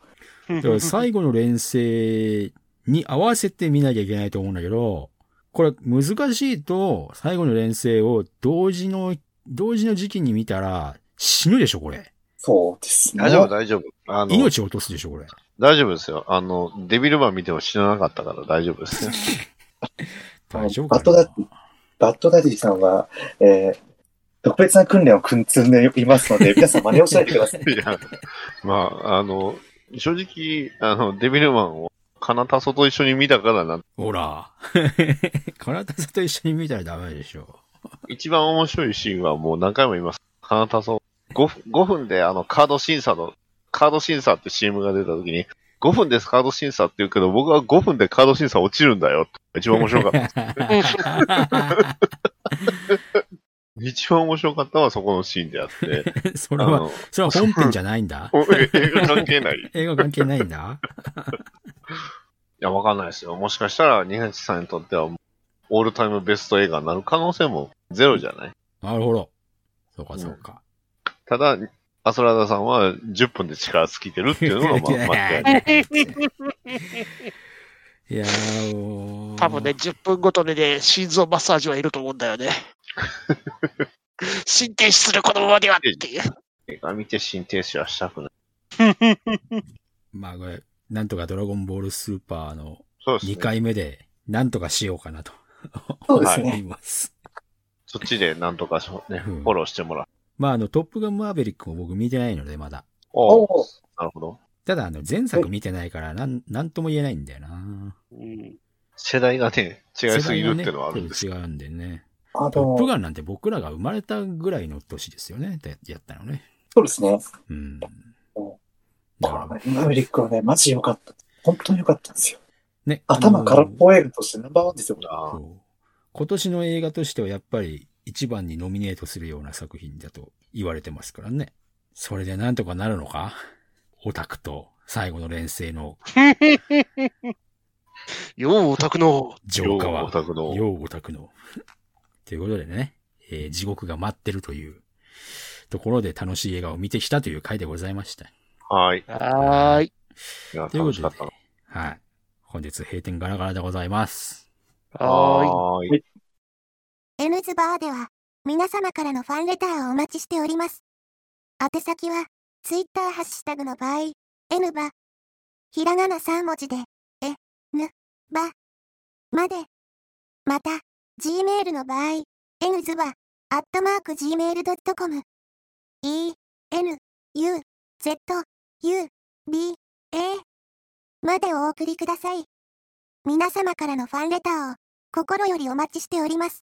B: だから最後の連成に合わせて見なきゃいけないと思うんだけど、これ難しいと、最後の連成を同時の、同時の時期に見たら、死ぬでしょ、これ。
C: そうですね。
A: 大丈夫、大丈夫。あの、
B: 命を落とすでしょ、これ。
A: 大丈夫ですよ。あの、デビルマン見ても死ななかったから大丈夫ですよ。
B: 大丈夫
C: バット
B: か
C: ダ
B: な
C: ッチ、バッドダディさんは、えー、特別な訓練を積んでいますので、皆さん真似をしないでください。
A: いや、まあ、あの、正直、あの、デビルマンを、カナタソと一緒に見たからな、
B: ほら。体さと一緒に見たらダメでしょ。
A: 一番面白いシーンはもう何回も言います。カナタソ、5, 5分であの、カード審査の、カード審査って CM が出た時に、5分です、カード審査って言うけど、僕は5分でカード審査落ちるんだよ。一番面白かった。 一番面白かったのはそこのシーンであって、
B: そ
A: あ
B: れは、
A: の、
B: それは本編じゃないんだ。
A: 映画関係ない。
B: 映画関係ないんだ。
A: いや、わかんないですよ。もしかしたら、ニハチさんにとってはもう、オールタイムベスト映画になる可能性もゼロじゃない。
B: なるほど。そうか、そうか。
A: ただ、アスラダさんは10分で力尽きてるっていう のが、まあ、間違いない。
B: いやー、もう
D: 多分ね、10分ごとにね、心臓マッサージはいると思うんだよ ね。神経質するこのままではっていう。
A: 映画見て心停止はしたくない。
B: まあ、これ、なんとかドラゴンボールスーパーの
A: そうで
B: 2
A: すね。
B: 回目で、なんとかしようかなと
C: そうです
B: 思
C: ね。
B: います。
A: そっちでなんとかしょ、ね、
B: うん
A: フォローしてもらう。
B: まあ、あの、トップガンマーベリックも僕見てないので、まだ。
A: お
C: おー
A: なるほど。
B: ただ、あの、前作見てないから、なん、なんとも言えないんだよな。
D: うん
A: 世代がね、違いすぎるっていうのはあるんです
B: 世代がね違うんでね。
C: あ
B: トップ
C: の、
B: ガンなんて僕らが生まれたぐらいの年ですよね。でやったのね。
C: そうですね。
B: うん。
C: お
B: だから
C: マーヴェリックはね、マジ良かった。本当に良かったんですよ。
B: ね。
C: 頭空っ
B: い。
C: ぽ映画としてナンバーワンですよ。
A: ああ
B: そう今年の映画としてはやっぱり一番にノミネートするような作品だと言われてますからね。それでなんとかなるのかオタクと最後の連成の
D: よう、オタクの。
B: 浄化
A: 要オ
B: は、
A: タクの。
B: ようオタクの。ということでね、えー地獄が待ってるというところで楽しい映画を見てきたという回でございました。
A: はい。
D: はーい。
A: いや、
B: というこ
A: 楽しか
B: と
A: っ
B: で
A: たな。、
B: はい。本日閉店ガラガラでございます。
D: は
A: はーい。
E: N ズバーでは、皆様からのファンレターをお待ちしております。宛先は、ツイッターハッシュタグの場合、N バ、ひらがな3文字で、え、ぬ、ば、まで。また、Gmail の場合、N ズバ、アットマーク Gmail.com、E, N, U, Z, U, B, A までお送りください。皆様からのファンレターを心よりお待ちしております。